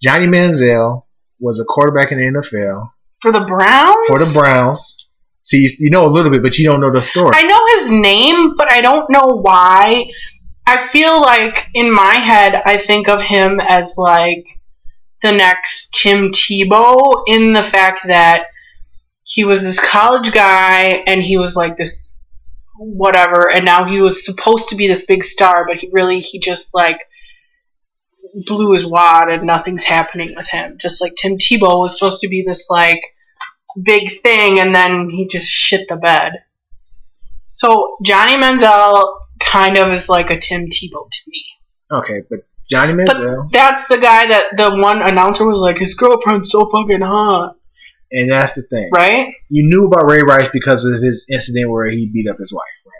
Speaker 1: Johnny Manziel was a quarterback in the NFL
Speaker 2: For the Browns.
Speaker 1: for the Browns. See, you, you know a little bit, but you don't know the story.
Speaker 2: I know his name, but I don't know why. I feel like in my head, I think of him as like the next Tim Tebow in the fact that he was this college guy and he was like this whatever, and now he was supposed to be this big star, but he really, he just like blew his wad and nothing's happening with him. Just like Tim Tebow was supposed to be this like big thing, and then he just shit the bed. So Johnny Manziel kind of is like a Tim Tebow to me.
Speaker 1: okay, but Johnny
Speaker 2: But
Speaker 1: Manziel,
Speaker 2: that's the guy that the one announcer was like, his girlfriend's so fucking hot,
Speaker 1: and that's the thing.
Speaker 2: right?
Speaker 1: You knew about Ray Rice because of his incident where he beat up his wife, right?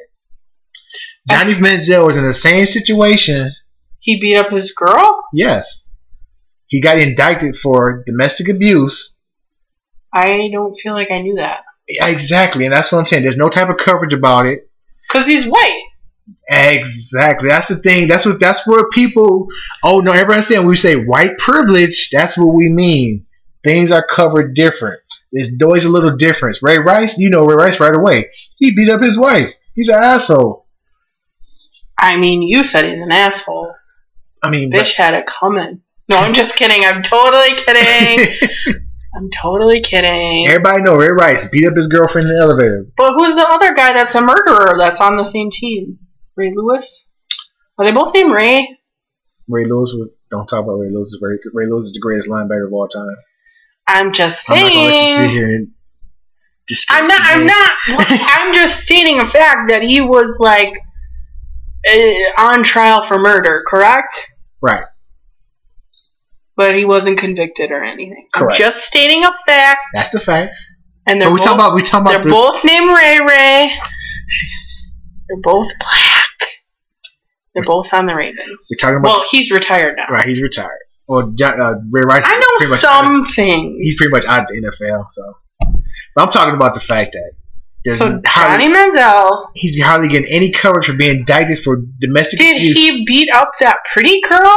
Speaker 1: Johnny Manziel was in the same situation
Speaker 2: He beat up his girl.
Speaker 1: Yes. He got indicted for domestic abuse.
Speaker 2: I don't feel like I knew that
Speaker 1: Yeah, Exactly, and that's what I'm saying. There's no type of coverage about it.
Speaker 2: because he's white.
Speaker 1: Exactly. That's the thing. That's what that's where people oh no, everyone understand when we say white privilege, that's what we mean. Things are covered different. There's always a little difference. Ray Rice, you know Ray Rice right away. He beat up his wife. He's an asshole.
Speaker 2: I mean, you said he's an asshole.
Speaker 1: I mean but-
Speaker 2: Bitch had it coming. No, I'm just kidding. I'm totally kidding. I'm totally kidding.
Speaker 1: Everybody know Ray Rice beat up his girlfriend in the elevator.
Speaker 2: But who's the other guy that's a murderer that's on the same team? Ray Lewis? Are they both named Ray?
Speaker 1: Ray Lewis was don't talk about Ray Lewis. Ray, Ray Lewis is the greatest linebacker of all time.
Speaker 2: I'm just
Speaker 1: I'm not gonna let you sit
Speaker 2: saying.
Speaker 1: here and discuss
Speaker 2: I'm not.
Speaker 1: the
Speaker 2: I'm
Speaker 1: name.
Speaker 2: not. I'm just stating a fact that he was like uh, on trial for murder, correct?
Speaker 1: Right.
Speaker 2: But he wasn't convicted or anything.
Speaker 1: Correct.
Speaker 2: I'm just stating a fact,
Speaker 1: That's the facts.
Speaker 2: and they're
Speaker 1: But we
Speaker 2: both
Speaker 1: talking about we talking
Speaker 2: they're
Speaker 1: about the,
Speaker 2: both named Ray Ray. They're both black. They're both on the Ravens.
Speaker 1: we're talking about
Speaker 2: Well, he's retired now.
Speaker 1: right. He's retired. Well, Jo- uh, Ray Rice.
Speaker 2: I
Speaker 1: is pretty
Speaker 2: know
Speaker 1: much out-
Speaker 2: some things.
Speaker 1: he's pretty much out of the NFL. So, but I'm talking about the fact that there's
Speaker 2: So
Speaker 1: hardly,
Speaker 2: Johnny Manziel,
Speaker 1: he's hardly getting any coverage for being indicted for domestic
Speaker 2: did
Speaker 1: abuse.
Speaker 2: he beat up that pretty girl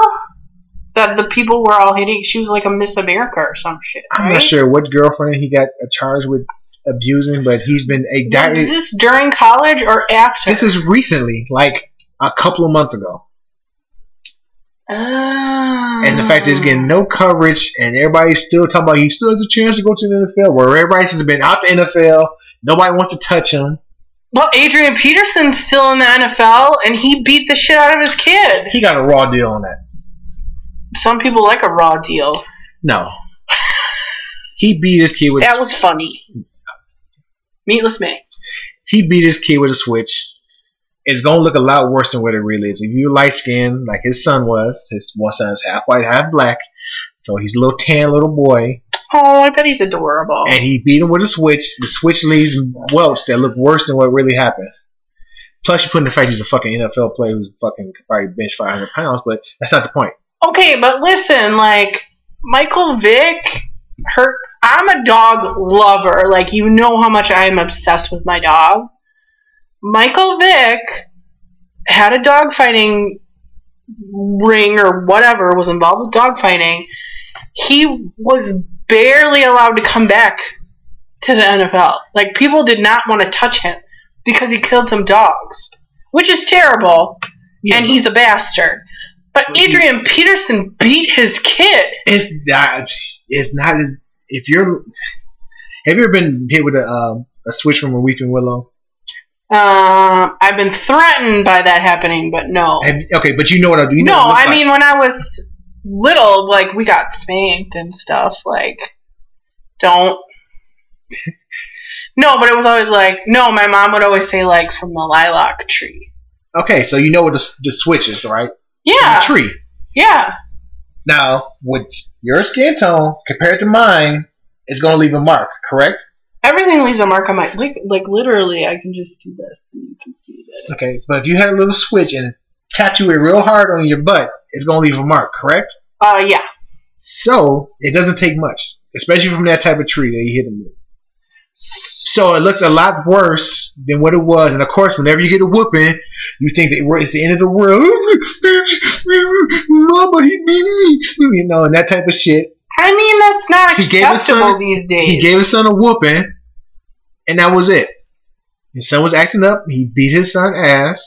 Speaker 2: that the people were all hitting? She was like a Miss America or some shit,
Speaker 1: I'm
Speaker 2: right?
Speaker 1: not sure what girlfriend he got charged with abusing, but he's been
Speaker 2: Was
Speaker 1: indicted.
Speaker 2: this during college or after?
Speaker 1: This is recently, like a couple of months ago.
Speaker 2: Oh.
Speaker 1: And the
Speaker 2: Ah.
Speaker 1: fact that he's getting no coverage, and everybody's still talking about he still has a chance to go to the NFL, where Ray Rice has been out the NFL. Nobody wants to touch him.
Speaker 2: well, Adrian Peterson's still in the NFL, and he beat the shit out of his kid.
Speaker 1: He got a raw deal on that.
Speaker 2: Some people like a raw deal.
Speaker 1: No. He beat his kid with
Speaker 2: That was funny. Meatless May.
Speaker 1: he beat his kid with a switch. It's gonna look a lot worse than what it really is. If you light skinned like his son was, his one son is half white, half black, so he's a little tan little boy,
Speaker 2: Oh, I bet he's adorable.
Speaker 1: and he beat him with a switch. The switch leaves welts that look worse than what really happened. Plus, you put in the fact he's a fucking NFL player who's fucking could probably bench 500 pounds, but that's not the point.
Speaker 2: Okay, but listen, like Michael Vick hurts. I'm a dog lover. Like you know how much I am obsessed with my dog. Michael Vick had a dog fighting ring or whatever was involved with dog fighting. He was barely allowed to come back to the NFL. Like people did not want to touch him because he killed some dogs, which is terrible. and he's a bastard. But
Speaker 1: But he-
Speaker 2: Adrian Peterson beat his kid.
Speaker 1: it's not, it's not as- if you're Have you ever been hit with a um, a switch from a weeping willow?
Speaker 2: Uh, I've been threatened by that happening, but no.
Speaker 1: Have, okay, but you know what I do. You know
Speaker 2: no,
Speaker 1: what it looks
Speaker 2: I
Speaker 1: like.
Speaker 2: mean when I was little, like we got spanked and stuff. Like, don't. no, but it was always like no. My mom would always say like from the lilac tree.
Speaker 1: Okay, so you know what the, the switch is, right?
Speaker 2: Yeah,
Speaker 1: The tree.
Speaker 2: yeah.
Speaker 1: Now, with your skin tone compared to mine, it's gonna leave a mark, correct?
Speaker 2: Everything leaves a mark on my like. Like literally, I can just do this and you can see that.
Speaker 1: Okay, but if you had a little switch and tattoo it real hard on your butt, it's gonna leave a mark, correct?
Speaker 2: Uh, yeah.
Speaker 1: So it doesn't take much, especially from that type of tree that you hit them with. So it looks a lot worse than what it was, and of course, whenever you get a whooping, you think that we're- it's the end of the world. Mama, he beat me, you know, and that type of shit.
Speaker 2: I mean that's not
Speaker 1: He gave us
Speaker 2: acceptable
Speaker 1: some-
Speaker 2: these
Speaker 1: He
Speaker 2: days.
Speaker 1: gave his son a whooping, and that was it. His son was acting up. He beat his son ass.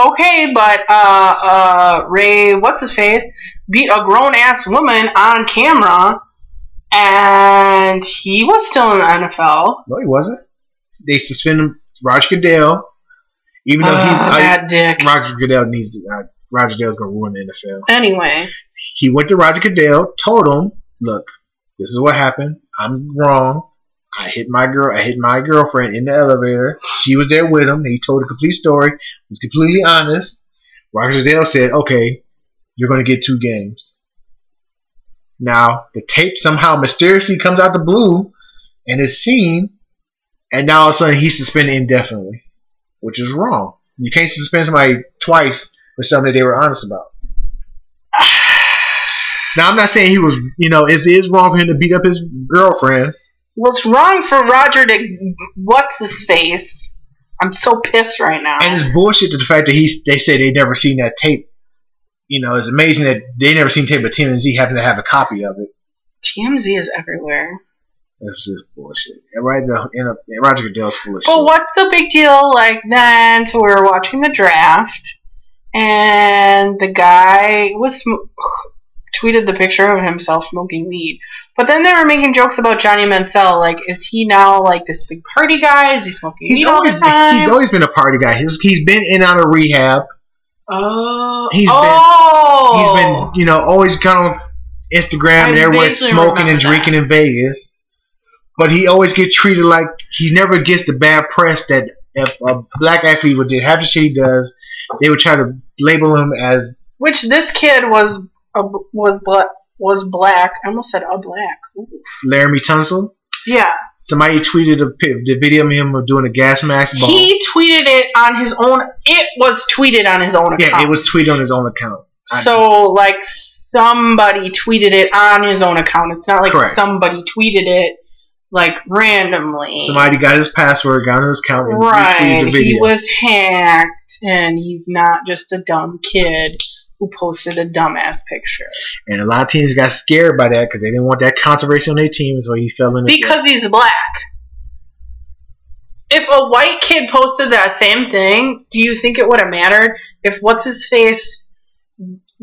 Speaker 2: Okay, but uh, uh, Ray, what's his face, beat a grown ass woman on camera, and he was still in the NFL.
Speaker 1: No, he wasn't. They suspended him, Roger Goodell, even though he
Speaker 2: Ah,
Speaker 1: I-
Speaker 2: that dick.
Speaker 1: Roger Goodell needs to. Uh, Roger Goodell's gonna ruin the NFL.
Speaker 2: Anyway,
Speaker 1: He went to Roger Goodell, told him, "Look, this is what happened. I'm wrong. I hit my girl. I hit my girlfriend in the elevator. She was there with him. And he told a complete story. He was completely honest. Roger Goodell said, "Okay, you're gonna get two games." Now the tape somehow mysteriously comes out the blue, and it's seen, and now all of a sudden he's suspended indefinitely, which is wrong. You can't suspend somebody twice for something that they were honest about. Now I'm not saying he was, you know, it is wrong for him to beat up his girlfriend.
Speaker 2: what's wrong for Roger to what's his face? I'm so pissed right now.
Speaker 1: And it's bullshit to the fact that he they say they never seen that tape. You know, it's amazing that they never seen tape, but Tim and Z happen to have a copy of it.
Speaker 2: TMZ is everywhere.
Speaker 1: That's just bullshit. And right now, and, uh, and Roger Goodell's full of
Speaker 2: But
Speaker 1: shit.
Speaker 2: what's the big deal? Like then, so we were watching the draft, and the guy was sm- tweeted the picture of himself smoking weed. But then they were making jokes about Johnny Mansell. Like, is he now like this big party guy? Is he smoking
Speaker 1: He's
Speaker 2: weed all
Speaker 1: always,
Speaker 2: the time?
Speaker 1: he's always been a party guy. He's, he's been in and out of rehab.
Speaker 2: oh,
Speaker 1: he's been-
Speaker 2: oh,
Speaker 1: He's been, you know, always kind of on Instagram
Speaker 2: I
Speaker 1: and everywhere
Speaker 2: vaguely
Speaker 1: smoking and
Speaker 2: remember
Speaker 1: drinking in Vegas. But he always gets treated like he never gets the bad press that if a black athlete would do half the shit he does, they would try to label him as
Speaker 2: which this kid was a, was black was black. I almost said a black. Ooh.
Speaker 1: Laramie Tunsil.
Speaker 2: Yeah,
Speaker 1: Somebody tweeted a pi- the video of him doing a gas mask ball.
Speaker 2: he tweeted it on his own. It was tweeted on his own account.
Speaker 1: yeah, it was tweeted on his own account. I-
Speaker 2: So like somebody tweeted it on his own account. It's not like
Speaker 1: Correct.
Speaker 2: somebody tweeted it like randomly.
Speaker 1: somebody got his password, got on his account, and
Speaker 2: right.
Speaker 1: retweeted the video.
Speaker 2: He was hacked and he's not just a dumb kid who posted a dumbass picture.
Speaker 1: and a lot of teams got scared by that because they didn't want that controversy on their team, so he fell in. the-
Speaker 2: Because he's black. If a white kid posted that same thing, do you think it would have mattered? If what's his face,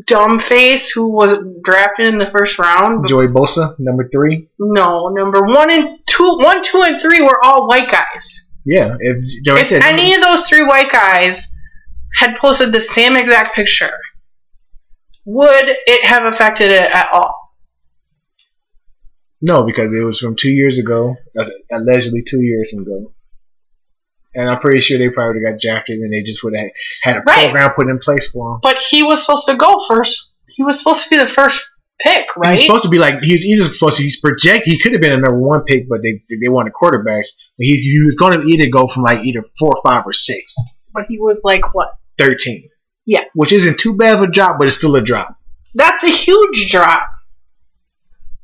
Speaker 2: dumb face, who was drafted in the first round,
Speaker 1: Joey Bosa, number three.
Speaker 2: No, number one and two, one, two, and three were all white guys.
Speaker 1: Yeah, if, like I
Speaker 2: If
Speaker 1: said,
Speaker 2: any of those three white guys had posted the same exact picture, would it have affected it at all?
Speaker 1: no, because it was from two years ago, uh, allegedly two years ago, and I'm pretty sure they probably got drafted and they just would have had a
Speaker 2: Right.
Speaker 1: program put in place for him.
Speaker 2: But he was supposed to go first. He was supposed to be the first pick,
Speaker 1: And
Speaker 2: right?
Speaker 1: He's supposed to be like he was either supposed to he's project he could have been a number one pick, but they they wanted quarterbacks. But he, he was going to either go from like either four, five, or six,
Speaker 2: but he was like, what?
Speaker 1: thirteen.
Speaker 2: Yeah.
Speaker 1: which isn't too bad of a drop, but it's still a drop.
Speaker 2: That's a huge drop.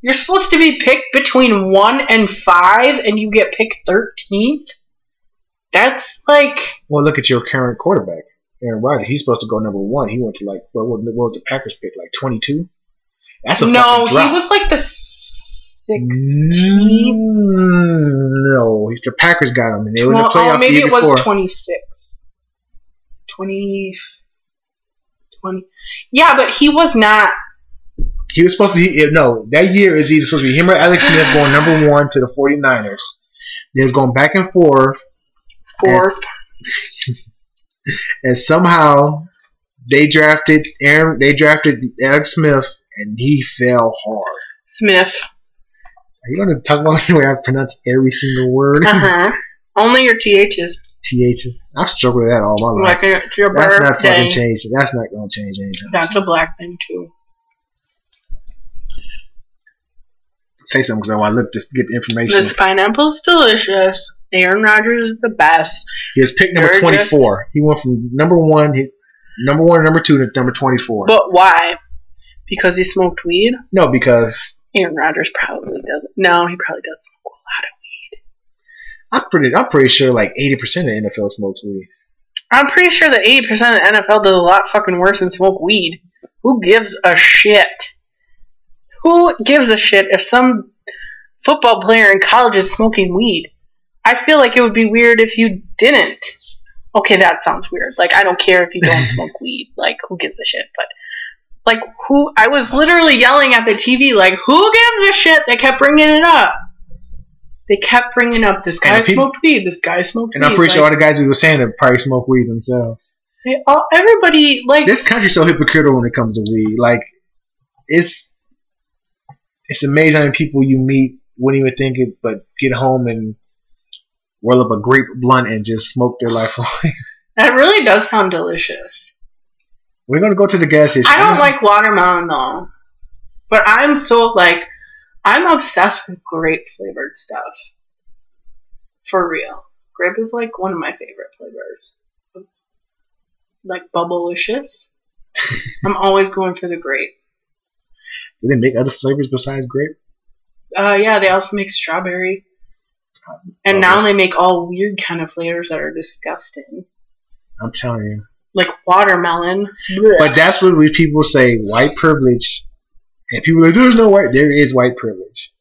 Speaker 2: You're supposed to be picked between one and five, and you get picked 13th? That's like.
Speaker 1: Well, look at your current quarterback, Aaron Rodgers. He's supposed to go number one. He went to like what, what, what was the Packers pick like twenty two? That's a
Speaker 2: no,
Speaker 1: fucking
Speaker 2: he
Speaker 1: drop.
Speaker 2: was like the sixth.
Speaker 1: No, the Packers got him, and they were in the
Speaker 2: Well,
Speaker 1: playoffs
Speaker 2: oh, maybe
Speaker 1: the year
Speaker 2: it was
Speaker 1: before.
Speaker 2: 26. 20, 20. Yeah, but he was not
Speaker 1: He was supposed to be, no, that year is either supposed to be him or Alex Smith going number one to the 49ers. They was going back and forth,
Speaker 2: Fourth.
Speaker 1: and somehow they drafted Aaron, they drafted Alex Smith, and he fell hard.
Speaker 2: Smith.
Speaker 1: Are you going to talk about the way I pronounce every single word?
Speaker 2: Uh huh. Only your THs.
Speaker 1: THs. I've struggled with that all Oh, my life.
Speaker 2: Like it's your
Speaker 1: That's not
Speaker 2: birthday.
Speaker 1: fucking changing. That's not going to change anytime.
Speaker 2: That's a black thing too.
Speaker 1: Say something because I want to look just to get the information.
Speaker 2: This pineapple's delicious. Aaron Rodgers is the best.
Speaker 1: He was pick number
Speaker 2: They're
Speaker 1: twenty four. He went from number one, he, number one, number two to number twenty four.
Speaker 2: But why? Because he smoked weed?
Speaker 1: No, because
Speaker 2: Aaron Rodgers probably doesn't. No, he probably does smoke a lot of
Speaker 1: I'm pretty, I'm pretty sure like eighty percent of NFL smokes weed.
Speaker 2: I'm pretty sure that 80% of the NFL does a lot fucking worse than smoke weed. Who gives a shit? Who gives a shit if some football player in college is smoking weed? I feel like it would be weird if you didn't. Okay, that sounds weird. Like, I don't care if you don't smoke weed. Like, who gives a shit? But, like, who? I was literally yelling at the TV, like, who gives a shit? They kept bringing it up. They kept bringing up this
Speaker 1: And
Speaker 2: guy
Speaker 1: the peop-
Speaker 2: smoked weed, this guy smoked
Speaker 1: And
Speaker 2: weed.
Speaker 1: I'm pretty
Speaker 2: like,
Speaker 1: sure all the guys who were saying that probably smoke weed themselves.
Speaker 2: they all, everybody, like,
Speaker 1: This country's so hypocritical when it comes to weed. Like it's it's amazing how many people you meet wouldn't even think it, but get home and roll up a grape blunt and just smoke their life away.
Speaker 2: That really does sound delicious.
Speaker 1: We're gonna go to the gas station.
Speaker 2: I don't like watermelon though. But I'm so like I'm obsessed with grape flavored stuff. For real. Grape is like one of my favorite flavors. Like bubblicious. I'm always going for the grape.
Speaker 1: Do they make other flavors besides grape?
Speaker 2: Uh yeah, they also make strawberry. And now they make all weird kind of flavors that are disgusting.
Speaker 1: I'm telling you.
Speaker 2: Like watermelon.
Speaker 1: But that's what we people say white privilege. And people are like, there's no white. There is white privilege.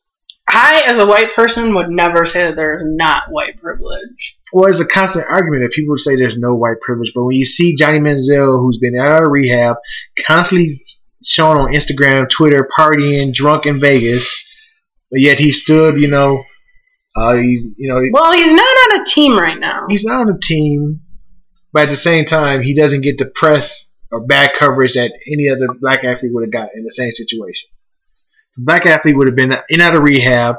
Speaker 2: I as a white person would never say that there's not white privilege.
Speaker 1: Well, it's a constant argument that people say there's no white privilege. But when you see Johnny Manziel, who's been out of rehab, constantly shown on Instagram, Twitter, partying, drunk in Vegas, but yet he stood, you know, uh, he's, you know,
Speaker 2: Well, he's not on a team right now.
Speaker 1: he's not on the team, but at the same time, he doesn't get the press or bad coverage that any other black athlete would have got in the same situation. The black athlete would have been in out of rehab,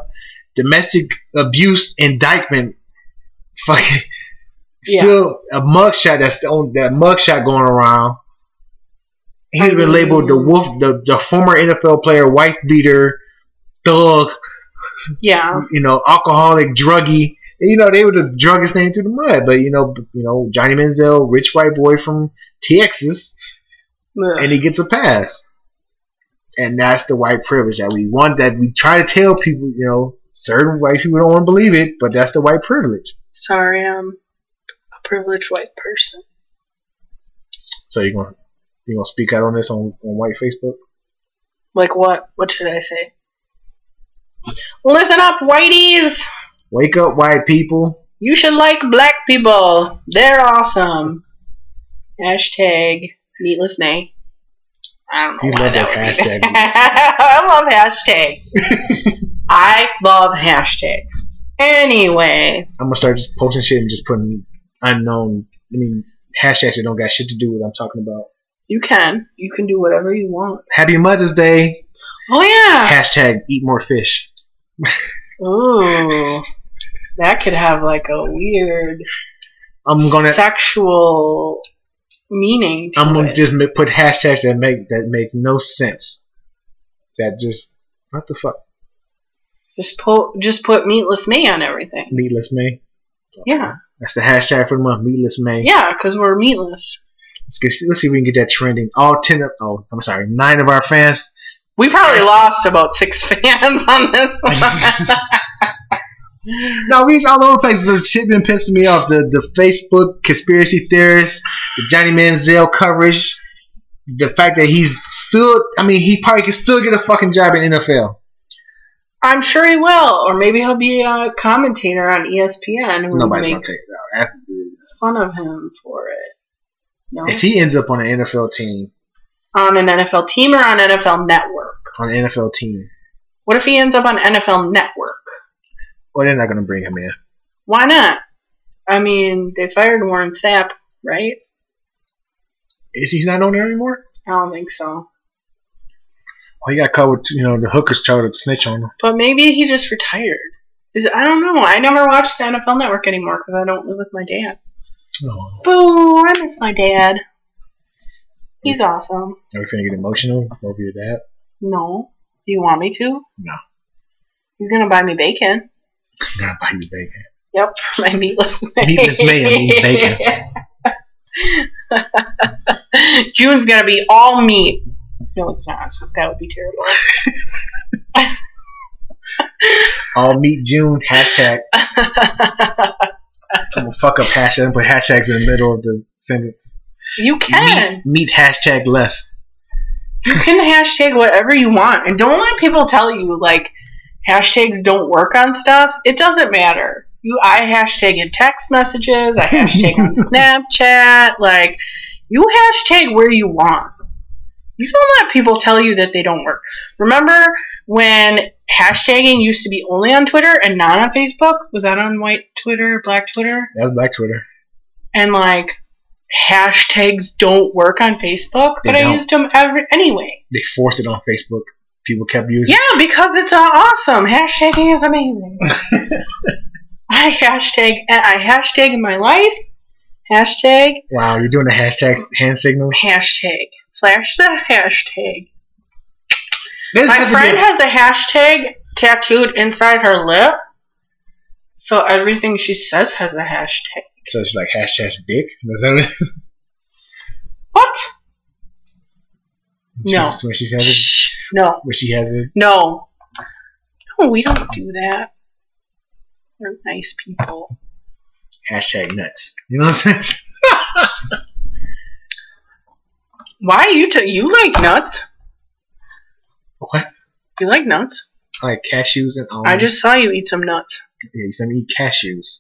Speaker 1: domestic abuse indictment, fucking
Speaker 2: Yeah.
Speaker 1: still a mugshot that's the only, that mugshot going around. He's
Speaker 2: I
Speaker 1: been labeled the
Speaker 2: mean-
Speaker 1: wolf, the, the former NFL player, wife beater, thug,
Speaker 2: Yeah.
Speaker 1: you know, alcoholic, druggy. And, you know, they were the druggest thing through the mud. But you know, b- you know, Johnny Manziel, rich white boy from Texas, and he gets a pass. And that's the white privilege that we want. That we try to tell people, you know, certain white people don't want to believe it, but that's the white privilege.
Speaker 2: Sorry, I'm a privileged white person.
Speaker 1: So you're gonna you gonna speak out on this on, on white Facebook?
Speaker 2: Like what? What should I say? Listen up, whiteies!
Speaker 1: Wake up, white people.
Speaker 2: You should like black people. They're awesome. Hashtag meatless nay. I don't know.
Speaker 1: You
Speaker 2: why
Speaker 1: love
Speaker 2: that
Speaker 1: that
Speaker 2: would be- I love hashtags. I love hashtags. Anyway.
Speaker 1: I'm gonna start just posting shit and just putting unknown. I mean, hashtags that don't got shit to do with what I'm talking about.
Speaker 2: You can. You can do whatever you want.
Speaker 1: Happy Mother's Day.
Speaker 2: Oh yeah.
Speaker 1: Hashtag eat more fish.
Speaker 2: Ooh. That could have like a weird
Speaker 1: I'm gonna
Speaker 2: sexual meaning to
Speaker 1: I'm gonna
Speaker 2: it.
Speaker 1: just ma- put hashtags that make that make no sense. That just what the fuck
Speaker 2: just po- just put meatless may on everything.
Speaker 1: meatless May.
Speaker 2: Yeah.
Speaker 1: That's the hashtag for the month. Meatless May.
Speaker 2: Yeah, cuz we're meatless.
Speaker 1: Let's, get, let's see if we can get that trending. All ten of oh I'm sorry nine of our fans.
Speaker 2: We probably lost about 6 fans on this one.
Speaker 1: No, we all over the place. The shit been pissing me off. The the Facebook conspiracy theorists, the Johnny Manziel coverage, the fact that he's still. I mean, he probably could still get a fucking job in NFL.
Speaker 2: I'm sure he will or maybe he'll be a commentator on E ESPN who
Speaker 1: Nobody's gonna
Speaker 2: makes
Speaker 1: take that.
Speaker 2: fun of him for it. No.
Speaker 1: If he ends up on an NFL team,
Speaker 2: on an NFL team or on NFL network.
Speaker 1: on an NFL team.
Speaker 2: What if he ends up on NFL Network?
Speaker 1: Well, they're not going to bring him in.
Speaker 2: Why not? I mean, they fired Warren Sapp, right?
Speaker 1: Is he's not on there anymore?
Speaker 2: I don't think so.
Speaker 1: Well, he got caught with you know the hookers tried to snitch on him.
Speaker 2: But maybe he just retired. Is I don't know. I never watch the NFL Network anymore because I don't live with my dad.
Speaker 1: Oh,
Speaker 2: Boo! I miss my dad. He's awesome.
Speaker 1: are we finna get emotional over your dad?
Speaker 2: No, do you want me to?
Speaker 1: No.
Speaker 2: He's gonna buy me bacon.
Speaker 1: I'm gonna buy you bacon.
Speaker 2: Yep, my meatless
Speaker 1: Meatless mayhem means bacon.
Speaker 2: June's gonna be all meat. No, it's not. That would be terrible.
Speaker 1: All meet June hashtag. I'm gonna fuck up hashtag and put hashtags in the middle of the sentence.
Speaker 2: you can.
Speaker 1: Meet, meet hashtag less.
Speaker 2: You can hashtag whatever you want, and don't let people tell you like hashtags don't work on stuff. It doesn't matter. You, I hashtag in text messages. I hashtag on Snapchat. Like, you hashtag where you want. You don't let people tell you that they don't work. Remember when hashtagging used to be only on Twitter and not on Facebook? Was that on white Twitter, black Twitter?
Speaker 1: That was Black Twitter.
Speaker 2: and like hashtags don't work on Facebook,
Speaker 1: They
Speaker 2: but I
Speaker 1: don't.
Speaker 2: used them every anyway.
Speaker 1: They forced it on Facebook. People kept using.
Speaker 2: Yeah, because it's uh, awesome. Hashtagging is amazing. I hashtag I hashtag in my life. Hashtag
Speaker 1: Wow, you're doing the hashtag hand signals.
Speaker 2: hashtag flash the hashtag.
Speaker 1: This has to
Speaker 2: My
Speaker 1: be
Speaker 2: friend
Speaker 1: a-
Speaker 2: has a hashtag tattooed inside her lip, so everything she says has a hashtag.
Speaker 1: so it's like hashtag dick. Is that what-
Speaker 2: What? No.
Speaker 1: When she has it.
Speaker 2: No.
Speaker 1: When she has it.
Speaker 2: No. No, we don't do that. We're nice people.
Speaker 1: Hashtag nuts. You know what I'm saying?
Speaker 2: Why you t- you like nuts?
Speaker 1: What?
Speaker 2: You like nuts?
Speaker 1: I like cashews and almonds.
Speaker 2: I just saw you eat some nuts.
Speaker 1: Yeah, you said eat cashews.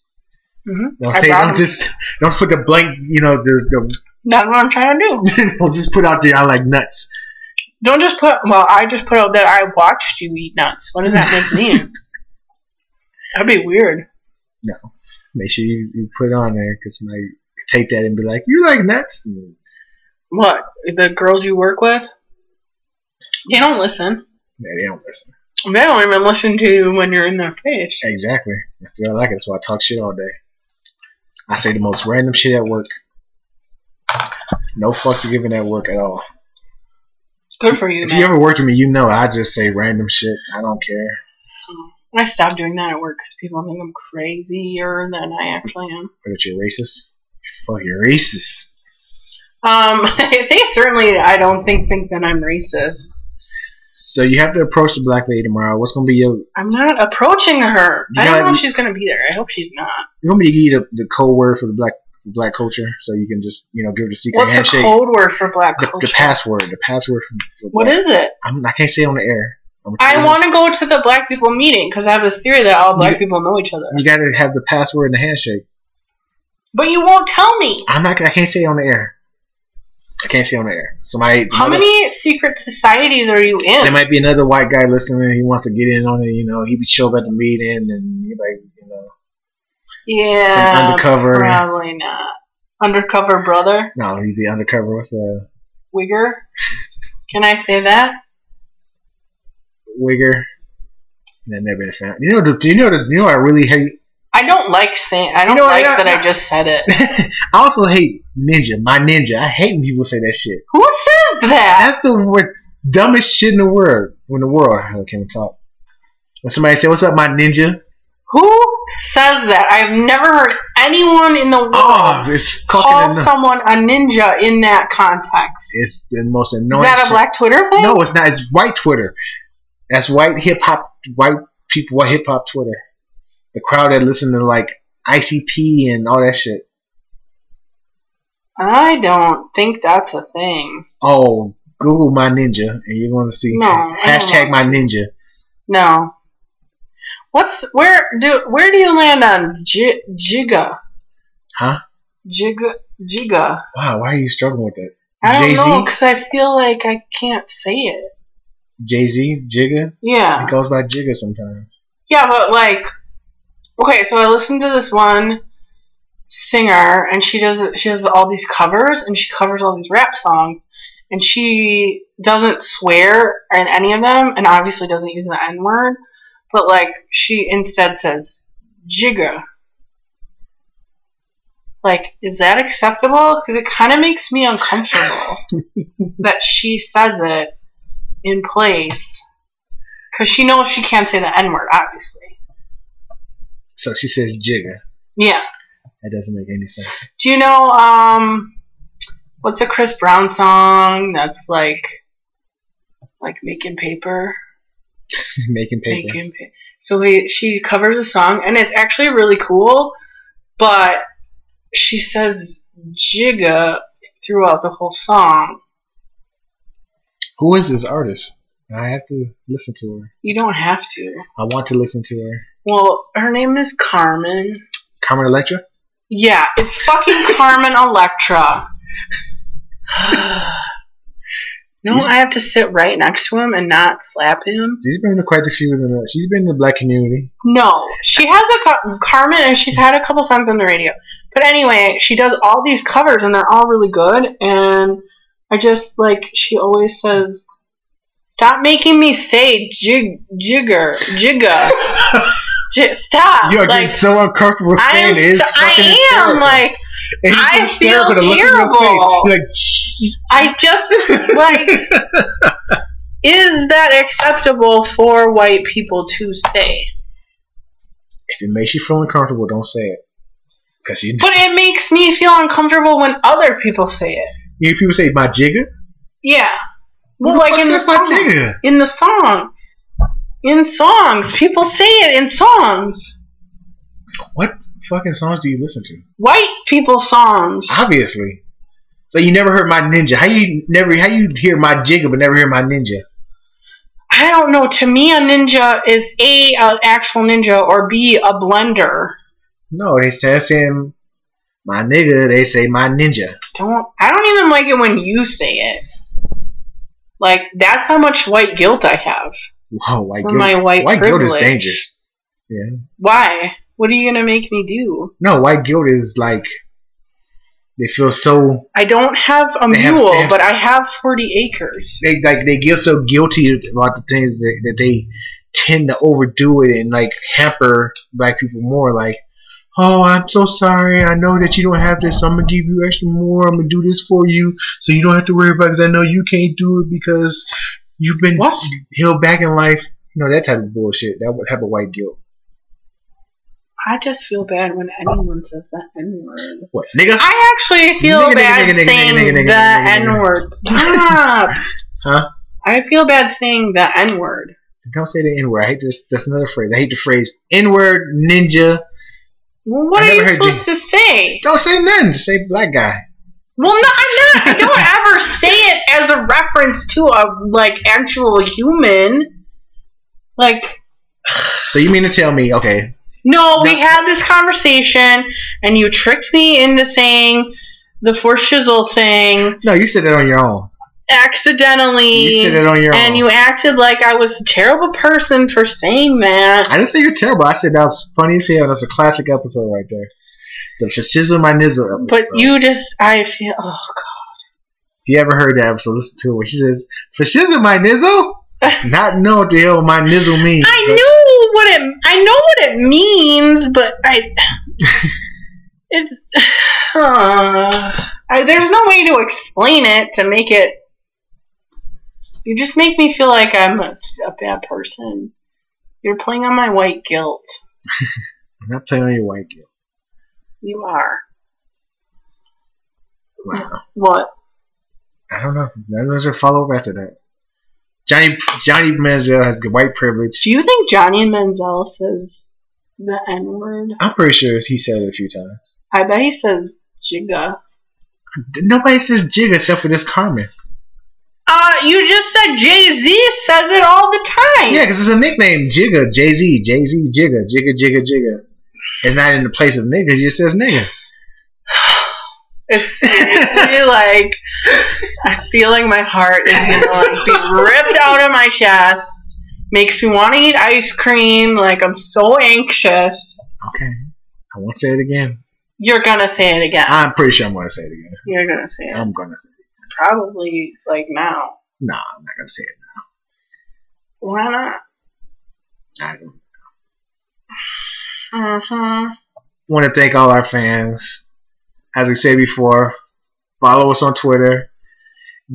Speaker 2: Mm-hmm.
Speaker 1: Don't
Speaker 2: I
Speaker 1: say
Speaker 2: brought
Speaker 1: don't
Speaker 2: 'em.
Speaker 1: just don't put the blank. You know the,
Speaker 2: That's what I'm trying to do.
Speaker 1: the don't just put out there. I like nuts.
Speaker 2: Don't just put. Well, I just put out that I watched you eat nuts. What does that make me? That'd be weird.
Speaker 1: Make sure you, you put it on there because might take that and be like, you like nuts? Mm-hmm. And
Speaker 2: What the girls you work with? They don't listen.
Speaker 1: yeah, they don't listen.
Speaker 2: They don't even listen to you when you're in their face.
Speaker 1: Exactly. That's what I like. That's why I talk shit all day. I say the most random shit at work. No fucks are given at work at all.
Speaker 2: Good for you,
Speaker 1: If you
Speaker 2: man.
Speaker 1: ever worked with me, you know I just say random shit. I don't care.
Speaker 2: I stopped doing that at work because people think I'm crazier than I actually am.
Speaker 1: But if you're racist, fuck you're racist.
Speaker 2: Um, they certainly, I don't think, think that I'm racist.
Speaker 1: So you have to approach the black lady tomorrow. What's gonna be your
Speaker 2: I'm not approaching her.
Speaker 1: You
Speaker 2: I don't
Speaker 1: gotta
Speaker 2: know if
Speaker 1: be-
Speaker 2: she's gonna be there. I hope she's not.
Speaker 1: you want me to give you the, the code word for the black black culture, so you can just you know give it a secret
Speaker 2: What's
Speaker 1: handshake.
Speaker 2: the code word for black
Speaker 1: the,
Speaker 2: culture?
Speaker 1: the password, the password. For, for
Speaker 2: what
Speaker 1: black-
Speaker 2: is it?
Speaker 1: I'm, I can't say it on the air. I'm
Speaker 2: I want to go to the black people meeting because I have this theory that all black
Speaker 1: You-
Speaker 2: people know each other.
Speaker 1: You gotta have the password and the handshake.
Speaker 2: But you won't tell me.
Speaker 1: I'm not. I can't say it on the air. I can't say it on the air. Somebody.
Speaker 2: How
Speaker 1: another-
Speaker 2: many secret societies are you
Speaker 1: There
Speaker 2: in?
Speaker 1: might be another white guy listening. He wants to get in on it. You know, he would show up at the meeting and he like you know some
Speaker 2: Yeah,
Speaker 1: undercover.
Speaker 2: probably not. Undercover brother,
Speaker 1: No, he'd be undercover. What's a
Speaker 2: wigger. Can I say that?
Speaker 1: wigger? That never been found. You know. The, you know. The, you know. what I really hate.
Speaker 2: I don't like saying. I don't
Speaker 1: know,
Speaker 2: like
Speaker 1: yeah,
Speaker 2: that I
Speaker 1: yeah.
Speaker 2: just said it.
Speaker 1: I also hate ninja. My ninja. I hate when people say that shit.
Speaker 2: Who says that?
Speaker 1: That's the wor- dumbest shit in the world. In the world, I can't even talk. When somebody say, "What's up, my ninja?"
Speaker 2: Who says that? I've never heard anyone in the world
Speaker 1: Oh, it's
Speaker 2: call
Speaker 1: fucking. anno-
Speaker 2: someone a ninja in that context.
Speaker 1: It's the most
Speaker 2: Is
Speaker 1: annoying.
Speaker 2: that a
Speaker 1: shit.
Speaker 2: black Twitter thing?
Speaker 1: No, it's not. It's white Twitter. That's white hip hop. White people. White hip hop Twitter. The crowd that listen to like ICP and all that shit.
Speaker 2: I don't think that's a thing.
Speaker 1: Oh, Google my ninja, and you're gonna see
Speaker 2: No, I don't
Speaker 1: hashtag my ninja.
Speaker 2: No. What's where do where do you land on J, Jigga?
Speaker 1: Huh?
Speaker 2: Jigga Jigga.
Speaker 1: Wow, why are you struggling with that?
Speaker 2: I don't
Speaker 1: Jay-Z?
Speaker 2: know because I feel like I can't say it.
Speaker 1: Jay Z, Jigga.
Speaker 2: Yeah.
Speaker 1: It goes by Jigga sometimes.
Speaker 2: Yeah, but like, okay, so I listened to this one singer, and she does she does all these covers, and she covers all these rap songs, and she doesn't swear in any of them, and obviously doesn't use the N word, but like she instead says jigga. Like, is that acceptable? Because it kind of makes me uncomfortable that she says it in place. Because she knows she can't say the N word, obviously.
Speaker 1: So she says Jigga.
Speaker 2: Yeah.
Speaker 1: That doesn't make any sense.
Speaker 2: Do you know, um, what's a Chris Brown song that's like, like making paper?
Speaker 1: Making paper.
Speaker 2: Making paper. So we, she covers a song, and it's actually really cool, but she says Jigga throughout the whole song.
Speaker 1: Who is this artist? I have to listen to her.
Speaker 2: You don't have to.
Speaker 1: I want to listen to her.
Speaker 2: Well, her name is Carmen.
Speaker 1: Carmen Electra?
Speaker 2: Yeah, it's fucking Carmen Electra. no, I have to sit right next to him and not slap him.
Speaker 1: She's been to quite a few in the she's been in the black community.
Speaker 2: No, she has a cou- Carmen, and she's had a couple songs on the radio. But anyway, she does all these covers, and they're all really good. And I just like she always says, "Stop making me say jig jigger jigga." J- stop!
Speaker 1: You're
Speaker 2: like
Speaker 1: getting so uncomfortable
Speaker 2: I
Speaker 1: saying
Speaker 2: am,
Speaker 1: it. It's fucking
Speaker 2: I
Speaker 1: hysterical.
Speaker 2: am like
Speaker 1: It's
Speaker 2: I
Speaker 1: just hysterical.
Speaker 2: feel
Speaker 1: The look in your face,
Speaker 2: terrible.
Speaker 1: you're like,
Speaker 2: I just like is that acceptable for white people to say?
Speaker 1: if it makes you feel uncomfortable, don't say it. Because you,
Speaker 2: But it makes me feel uncomfortable when other people say it.
Speaker 1: you people say my jigger.
Speaker 2: Yeah. Well,
Speaker 1: What
Speaker 2: like
Speaker 1: the
Speaker 2: in the
Speaker 1: fuck's my
Speaker 2: song.
Speaker 1: jigger?
Speaker 2: In the song. In songs. People say it in songs.
Speaker 1: What fucking songs do you listen to?
Speaker 2: White people songs.
Speaker 1: Obviously. So you never heard my ninja. How you never? How you hear my jigger but never hear my ninja?
Speaker 2: I don't know. To me, a ninja is A, an actual ninja, or B, a blender.
Speaker 1: No, they say saying my nigga. They say my ninja.
Speaker 2: don't I don't even like it when you say it. Like that's how much white guilt I have
Speaker 1: Whoa, white
Speaker 2: for
Speaker 1: guilt.
Speaker 2: my white,
Speaker 1: White guilt
Speaker 2: privilege.
Speaker 1: is dangerous. Yeah.
Speaker 2: Why? What are you gonna make me do?
Speaker 1: No, white guilt is like they feel so
Speaker 2: I don't have a
Speaker 1: They have
Speaker 2: mule,
Speaker 1: stamps.
Speaker 2: but I have forty acres.
Speaker 1: they like they get so guilty about the things that, that they tend to overdo it and like hamper black people more like oh i'm so sorry i know that you don't have this so i'm gonna give you extra more i'm gonna do this for you so you don't have to worry about because i know you can't do it because you've been
Speaker 2: What?
Speaker 1: held back in life you know that type of bullshit that would have a white guilt
Speaker 2: I just feel bad when anyone says that N word.
Speaker 1: what nigga
Speaker 2: I actually feel
Speaker 1: Nigga, nigga,
Speaker 2: bad
Speaker 1: nigga, nigga,
Speaker 2: saying
Speaker 1: nigga, nigga, nigga,
Speaker 2: the
Speaker 1: nigga, nigga.
Speaker 2: N word. Stop.
Speaker 1: Huh?
Speaker 2: I feel bad saying the N word.
Speaker 1: don't say the n-word i hate this that's another phrase i hate the phrase n-word ninja
Speaker 2: Well, what
Speaker 1: I
Speaker 2: are you
Speaker 1: never heard
Speaker 2: supposed to say?
Speaker 1: don't say nothing just say black guy
Speaker 2: Well, no, I'm not. I don't ever say it as a reference to a like actual human. Like,
Speaker 1: so you mean to tell me okay
Speaker 2: no, we
Speaker 1: No.
Speaker 2: had this conversation, and you tricked me into saying the for shizzle thing
Speaker 1: no you said that on your own You
Speaker 2: accidentally,
Speaker 1: said it on your
Speaker 2: and
Speaker 1: own.
Speaker 2: you acted like I was a terrible person for saying that.
Speaker 1: I didn't say you're terrible. I said that was funny as hell. That's a classic episode right there. The Fascism My Nizzle episode.
Speaker 2: But you just, I feel, oh
Speaker 1: If you ever heard that episode, listen to it. Where she says, Fascism My Nizzle? Not know what the hell my nizzle means.
Speaker 2: I
Speaker 1: but
Speaker 2: know what it. I know what it means, but I. it's. I, there's no way to explain it to make it. You just make me feel like I'm a, a bad person. You're playing on my white guilt.
Speaker 1: I'm not playing on your white guilt.
Speaker 2: You are.
Speaker 1: Wow.
Speaker 2: What?
Speaker 1: I don't know. That was a follow up after that. Johnny Johnny Manziel has white privilege.
Speaker 2: Do you think Johnny Manziel says the N word?
Speaker 1: I'm pretty sure he said it a few times.
Speaker 2: I bet he says jigga.
Speaker 1: Nobody says jig except for this Carmen.
Speaker 2: Uh, you just said Jay Z says it all the time.
Speaker 1: Yeah, 'cause it's a nickname. Jigga, Jay Z, Jay Z, Jigga, Jigga, Jigga, Jigga. It's not in the place of nigga. It just says nigga.
Speaker 2: It's seriously like I feel like my heart is gonna like be ripped out of my chest. Makes me want to eat ice cream. Like I'm so anxious.
Speaker 1: Okay. I won't say it again.
Speaker 2: You're gonna say it again.
Speaker 1: I'm pretty sure I'm going to say it again.
Speaker 2: You're gonna say it.
Speaker 1: I'm going to say it.
Speaker 2: Probably like now.
Speaker 1: No, I'm not going to say it.
Speaker 2: Why not?
Speaker 1: I don't
Speaker 2: Mm-hmm.
Speaker 1: want to thank all our fans. As we said before, follow us on Twitter.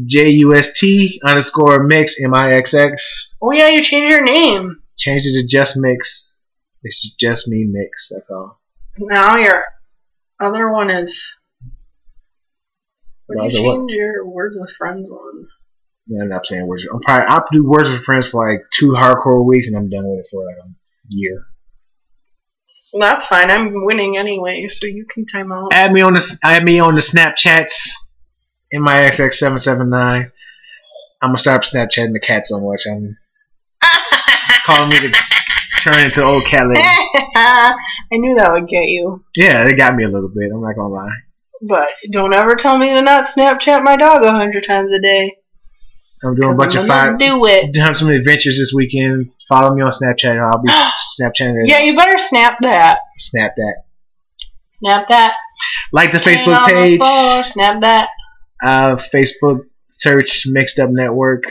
Speaker 1: JUST underscore mix M-I-X-X.
Speaker 2: Oh yeah, you changed your name.
Speaker 1: Change it to just mix. It's just me mix. That's all.
Speaker 2: Now your other one is.
Speaker 1: The
Speaker 2: What did you
Speaker 1: other what?
Speaker 2: change your words with friends one?
Speaker 1: Yeah, I'm not saying words. I'm probably I'll do words with friends for like two hardcore weeks, and I'm done with it for like a year.
Speaker 2: Well, that's fine. I'm winning anyway, so you can time out.
Speaker 1: Add me on the add me on the Snapchats. MIXX779. I'm gonna stop Snapchatting the cat so much. I'm calling me to turn into old cat lady.
Speaker 2: I knew that would get you.
Speaker 1: Yeah, they got me a little bit. I'm not gonna lie.
Speaker 2: But don't ever tell me to not Snapchat my dog a hundred times a day.
Speaker 1: I'm doing a
Speaker 2: 'cause
Speaker 1: bunch
Speaker 2: I'm
Speaker 1: of
Speaker 2: gonna
Speaker 1: five.
Speaker 2: do it.
Speaker 1: Doing some adventures this weekend. Follow me on Snapchat. and I'll be Snapchatting. it.
Speaker 2: Yeah, you better snap that.
Speaker 1: Snap that.
Speaker 2: Snap that.
Speaker 1: Like the
Speaker 2: Hang on
Speaker 1: Facebook
Speaker 2: the
Speaker 1: page.
Speaker 2: phone, Snap that.
Speaker 1: Uh, Facebook search Mixed Up Network.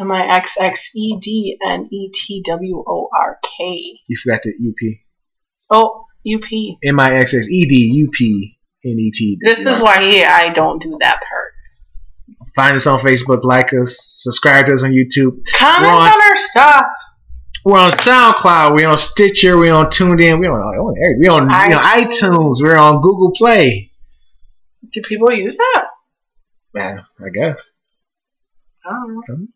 Speaker 2: M I X X E D N E T W O R K.
Speaker 1: You forgot the UP.
Speaker 2: Oh, U P.
Speaker 1: M I X X E D U P N E T.
Speaker 2: This is why he, I don't do that part.
Speaker 1: Find us on Facebook. Like us. Subscribe to us on YouTube.
Speaker 2: Comment
Speaker 1: Ron.
Speaker 2: on our stuff.
Speaker 1: We're on SoundCloud. We're on Stitcher. We're on TuneIn. We're on, we're on, every- we're on, we're on
Speaker 2: iTunes.
Speaker 1: iTunes. We're on Google Play.
Speaker 2: Do people use that?
Speaker 1: Man, I guess.
Speaker 2: I don't know.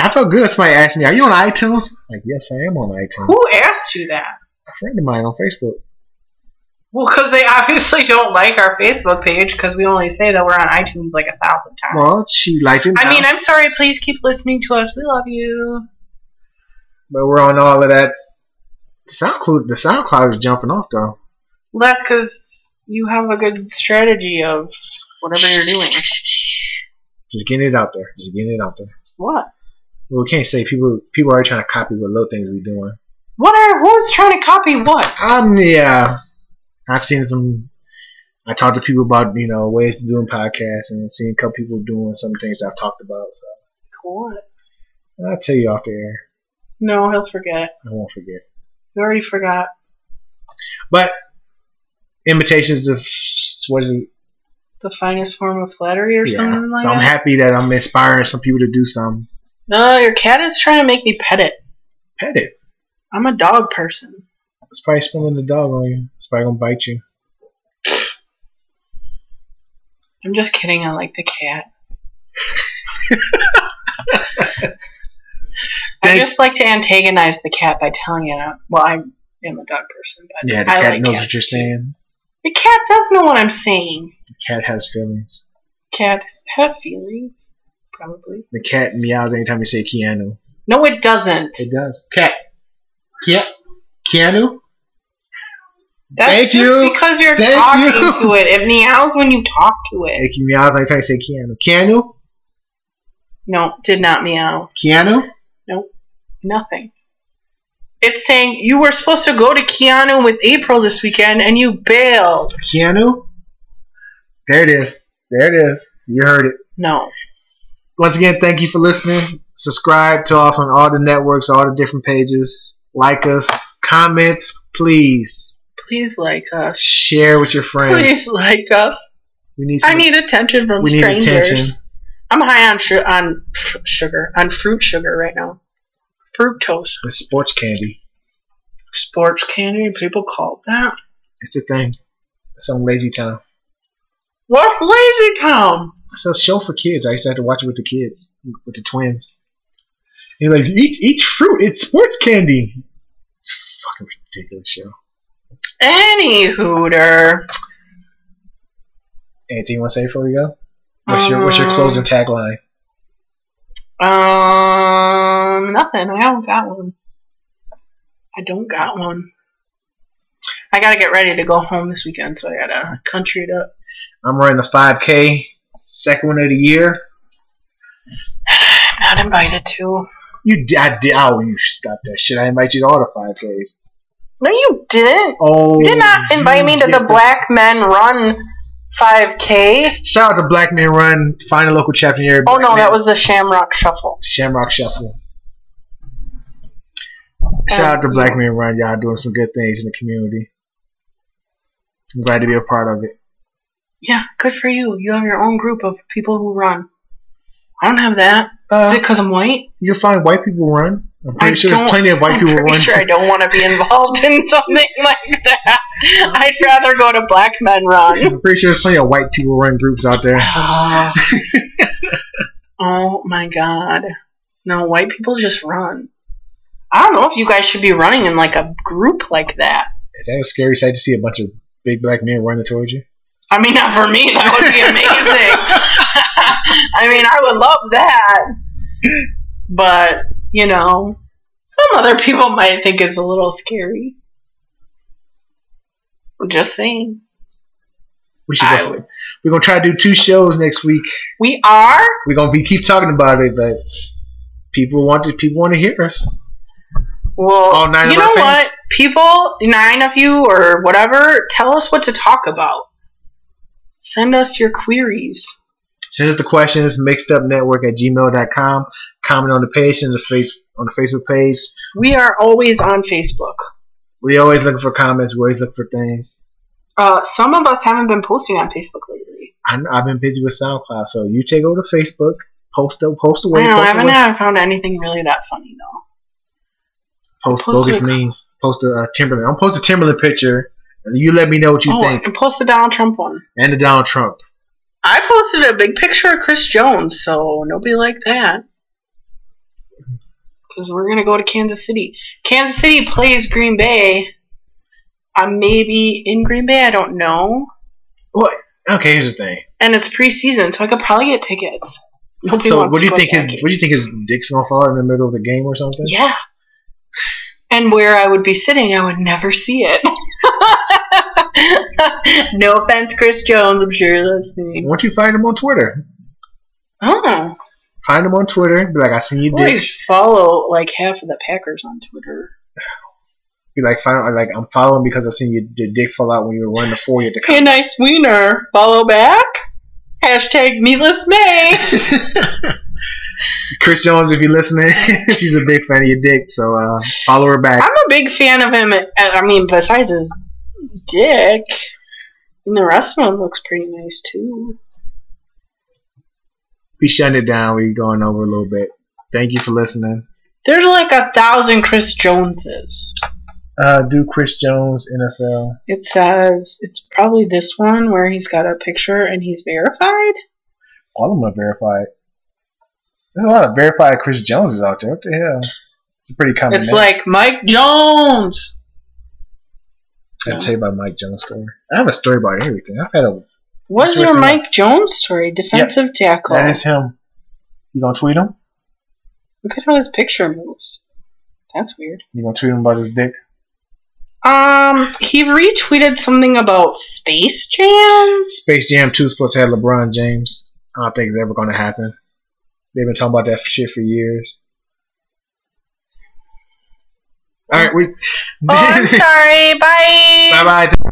Speaker 1: I felt good. if Somebody asked me, "Are you on iTunes?" I'm like, yes, I am on iTunes.
Speaker 2: Who asked you that?
Speaker 1: A friend of mine on Facebook.
Speaker 2: Well, because they obviously don't like our Facebook page because we only say that we're on iTunes like a thousand times.
Speaker 1: Well, she liked it.
Speaker 2: I mean,
Speaker 1: now,
Speaker 2: I'm sorry. Please keep listening to us. We love you.
Speaker 1: but we're on all of that. SoundCloud. The SoundCloud is jumping off though.
Speaker 2: Well, that's because you have a good strategy of whatever you're doing.
Speaker 1: Just getting it out there. Just getting it out there.
Speaker 2: What?
Speaker 1: Well, we can't say people. People are trying to copy what little things we're doing.
Speaker 2: What are? Who's trying to copy what?
Speaker 1: Um, yeah. I've seen some. I talked to people about you know ways to doing podcasts and I've seen a couple people doing some things I've talked about. So
Speaker 2: What?
Speaker 1: I'll tell you off the air.
Speaker 2: No, he'll forget.
Speaker 1: I won't forget.
Speaker 2: He already forgot.
Speaker 1: But imitations of what is it?
Speaker 2: The finest form of flattery or
Speaker 1: Yeah.
Speaker 2: something like
Speaker 1: so I'm
Speaker 2: that.
Speaker 1: happy that I'm inspiring some people to do some
Speaker 2: no, your cat is trying to make me pet it.
Speaker 1: pet it.
Speaker 2: I'm a dog person.
Speaker 1: It's probably spilling the dog on you. It's probably gonna bite you.
Speaker 2: I'm just kidding. I like the cat. I
Speaker 1: Thank-
Speaker 2: just like to antagonize the cat by telling it. uh, Well, I am a dog person, but
Speaker 1: Yeah, the
Speaker 2: I
Speaker 1: cat
Speaker 2: like
Speaker 1: knows
Speaker 2: cats.
Speaker 1: what you're saying.
Speaker 2: The cat does know what I'm saying.
Speaker 1: The cat has feelings.
Speaker 2: Cats have feelings, probably.
Speaker 1: The cat meows anytime you say Keanu.
Speaker 2: No, it doesn't.
Speaker 1: It does. Cat. Cat. Keanu.
Speaker 2: That's
Speaker 1: Thank
Speaker 2: just
Speaker 1: you.
Speaker 2: because you're
Speaker 1: Thank
Speaker 2: talking
Speaker 1: you.
Speaker 2: to it. It meows when you talk to it.
Speaker 1: It meows anytime you say Keanu. Keanu.
Speaker 2: No, did not meow.
Speaker 1: Keanu.
Speaker 2: Nothing. It's saying you were supposed to go to Keanu with April this weekend and you bailed.
Speaker 1: Keanu. There it is. There it is. You heard it.
Speaker 2: No.
Speaker 1: Once again, thank you for listening. Subscribe to us on all the networks, all the different pages. Like us. Comment, please.
Speaker 2: Please like us.
Speaker 1: Share with your friends.
Speaker 2: Please like us.
Speaker 1: We need.
Speaker 2: I need attention from
Speaker 1: We need
Speaker 2: strangers.
Speaker 1: attention.
Speaker 2: I'm high on su- on f- sugar, on fruit sugar right now. Fructose.
Speaker 1: It's sports candy.
Speaker 2: Sports candy, people call it that.
Speaker 1: It's a thing. It's on Lazy Town.
Speaker 2: What's Lazy Town?
Speaker 1: It's a show for kids. I used to have to watch it with the kids, with the twins. And like, eat, eat fruit. It's sports candy. It's a fucking ridiculous show.
Speaker 2: Any hooter.
Speaker 1: Anything you want to say before we go? What's your What's your
Speaker 2: Um,
Speaker 1: closing tagline?
Speaker 2: Um, nothing. I haven't got one. I don't got one. I gotta get ready to go home this weekend, so I gotta country it up.
Speaker 1: I'm running the 5K, second one of the year.
Speaker 2: I'm not invited to.
Speaker 1: You, d- I did. Oh, you stop that shit! I invite you to all the 5Ks.
Speaker 2: No, you didn't.
Speaker 1: Oh,
Speaker 2: You did not invite
Speaker 1: you
Speaker 2: me to
Speaker 1: did
Speaker 2: the
Speaker 1: that.
Speaker 2: Black Men Run 5K.
Speaker 1: Shout out to Black Men Run. Find a local chapter near.
Speaker 2: Oh no,
Speaker 1: Black
Speaker 2: that
Speaker 1: Men-
Speaker 2: was the Shamrock Shuffle.
Speaker 1: Shamrock Shuffle. Shout out to Black Men Run. Y'all doing some good things in the community. I'm glad to be a part of it.
Speaker 2: Yeah, good for you. You have your own group of people who run. I don't have that. Is
Speaker 1: Uh,
Speaker 2: it because I'm white?
Speaker 1: you'll find white people run. I'm
Speaker 2: I
Speaker 1: pretty sure
Speaker 2: don't-
Speaker 1: there's plenty of white
Speaker 2: I'm
Speaker 1: people
Speaker 2: pretty
Speaker 1: run.
Speaker 2: sure I don't want to be involved in something like that. I'd rather go to Black Men Run.
Speaker 1: I'm pretty sure there's plenty of white people run groups out there.
Speaker 2: Ah. oh my god. No, white people just run. I don't know if you guys should be running in like a group like that.
Speaker 1: Is that a scary sight to see a bunch of big black men running towards you?
Speaker 2: I mean, not for me. That would be amazing. I mean, I would love that. But, you know, some other people might think it's a little scary. I'm just saying.
Speaker 1: We should.
Speaker 2: I
Speaker 1: Go
Speaker 2: would.
Speaker 1: We're gonna try to do two shows next week.
Speaker 2: We are?
Speaker 1: We're gonna be keep talking about it, but people want to people want to hear us.
Speaker 2: Well,
Speaker 1: All nine
Speaker 2: you
Speaker 1: of our
Speaker 2: know
Speaker 1: fans?
Speaker 2: what? People, nine of you or whatever, tell us what to talk about. Send us your queries.
Speaker 1: Send us the questions, mixedupnetwork at gmail.com. Comment on the page, send us face on the Facebook page.
Speaker 2: We are always on Facebook.
Speaker 1: We always looking for comments. We always look for things.
Speaker 2: Uh, some of us haven't been posting on Facebook lately.
Speaker 1: I know, I've been busy with SoundCloud, so you take over to Facebook. Post a post away.
Speaker 2: I know, Oh, I
Speaker 1: post
Speaker 2: haven't
Speaker 1: away.
Speaker 2: had- found anything really that funny though.
Speaker 1: post
Speaker 2: posted
Speaker 1: bogus
Speaker 2: a-
Speaker 1: memes. Post a uh, Timberland. I'm post a Timberland picture. And you let me know what you
Speaker 2: oh,
Speaker 1: think.
Speaker 2: and post the Donald Trump one.
Speaker 1: And the Donald Trump.
Speaker 2: I posted a big picture of Chris Jones, so nobody like that. Because we're gonna go to Kansas City. Kansas City plays Green Bay. I may be in Green Bay. I don't know.
Speaker 1: What? Okay, here's the thing.
Speaker 2: And it's preseason, so I could probably get tickets. Nobody
Speaker 1: so,
Speaker 2: wants
Speaker 1: what do
Speaker 2: to
Speaker 1: you
Speaker 2: go
Speaker 1: think
Speaker 2: to
Speaker 1: his
Speaker 2: that game.
Speaker 1: What do you think his dick's gonna fall out in the middle of the game or something?
Speaker 2: Yeah. And where I would be sitting, I would never see it. no offense, Chris Jones. I'm sure you're listening.
Speaker 1: Why don't you find him on Twitter?
Speaker 2: Oh,
Speaker 1: Find him on Twitter. Be like, I seen you dick.
Speaker 2: boys follow like half of the Packers on Twitter.
Speaker 1: Be like, find like I'm following because I seen your, your dick fall out when you were running the four year.
Speaker 2: Hey, nice wiener. Follow back. Hashtag meatless May.
Speaker 1: Chris Jones, if you're listening, she's a big fan of your dick, so uh, follow her
Speaker 2: I'm
Speaker 1: back.
Speaker 2: a big fan of him. I I mean, besides his dick, and the rest of him looks pretty nice too.
Speaker 1: We shutting it down. We're going over a little bit. Thank you for listening.
Speaker 2: There's like a thousand Chris Joneses.
Speaker 1: Uh, do Chris Jones NFL?
Speaker 2: It says it's probably this one where he's got a picture and he's verified.
Speaker 1: All of them are verified. There's a lot of verified Chris Joneses out there. What the hell? It's a pretty common
Speaker 2: It's
Speaker 1: name.
Speaker 2: like Mike Jones.
Speaker 1: I'll tell you about Mike Jones story. I have a story about everything. I've had a
Speaker 2: What's
Speaker 1: That's
Speaker 2: your
Speaker 1: right.
Speaker 2: Mike Jones story? Defensive tackle.
Speaker 1: that is him. You gonna tweet him?
Speaker 2: Look at how his picture moves. That's weird.
Speaker 1: You gonna tweet him about his dick?
Speaker 2: Um, he retweeted something about Space Jams.
Speaker 1: Space Jam 2 is supposed to have LeBron James. I don't think it's ever gonna happen. They've been talking about that shit for years. All right, we.
Speaker 2: Oh, I'm sorry. Bye.
Speaker 1: bye bye.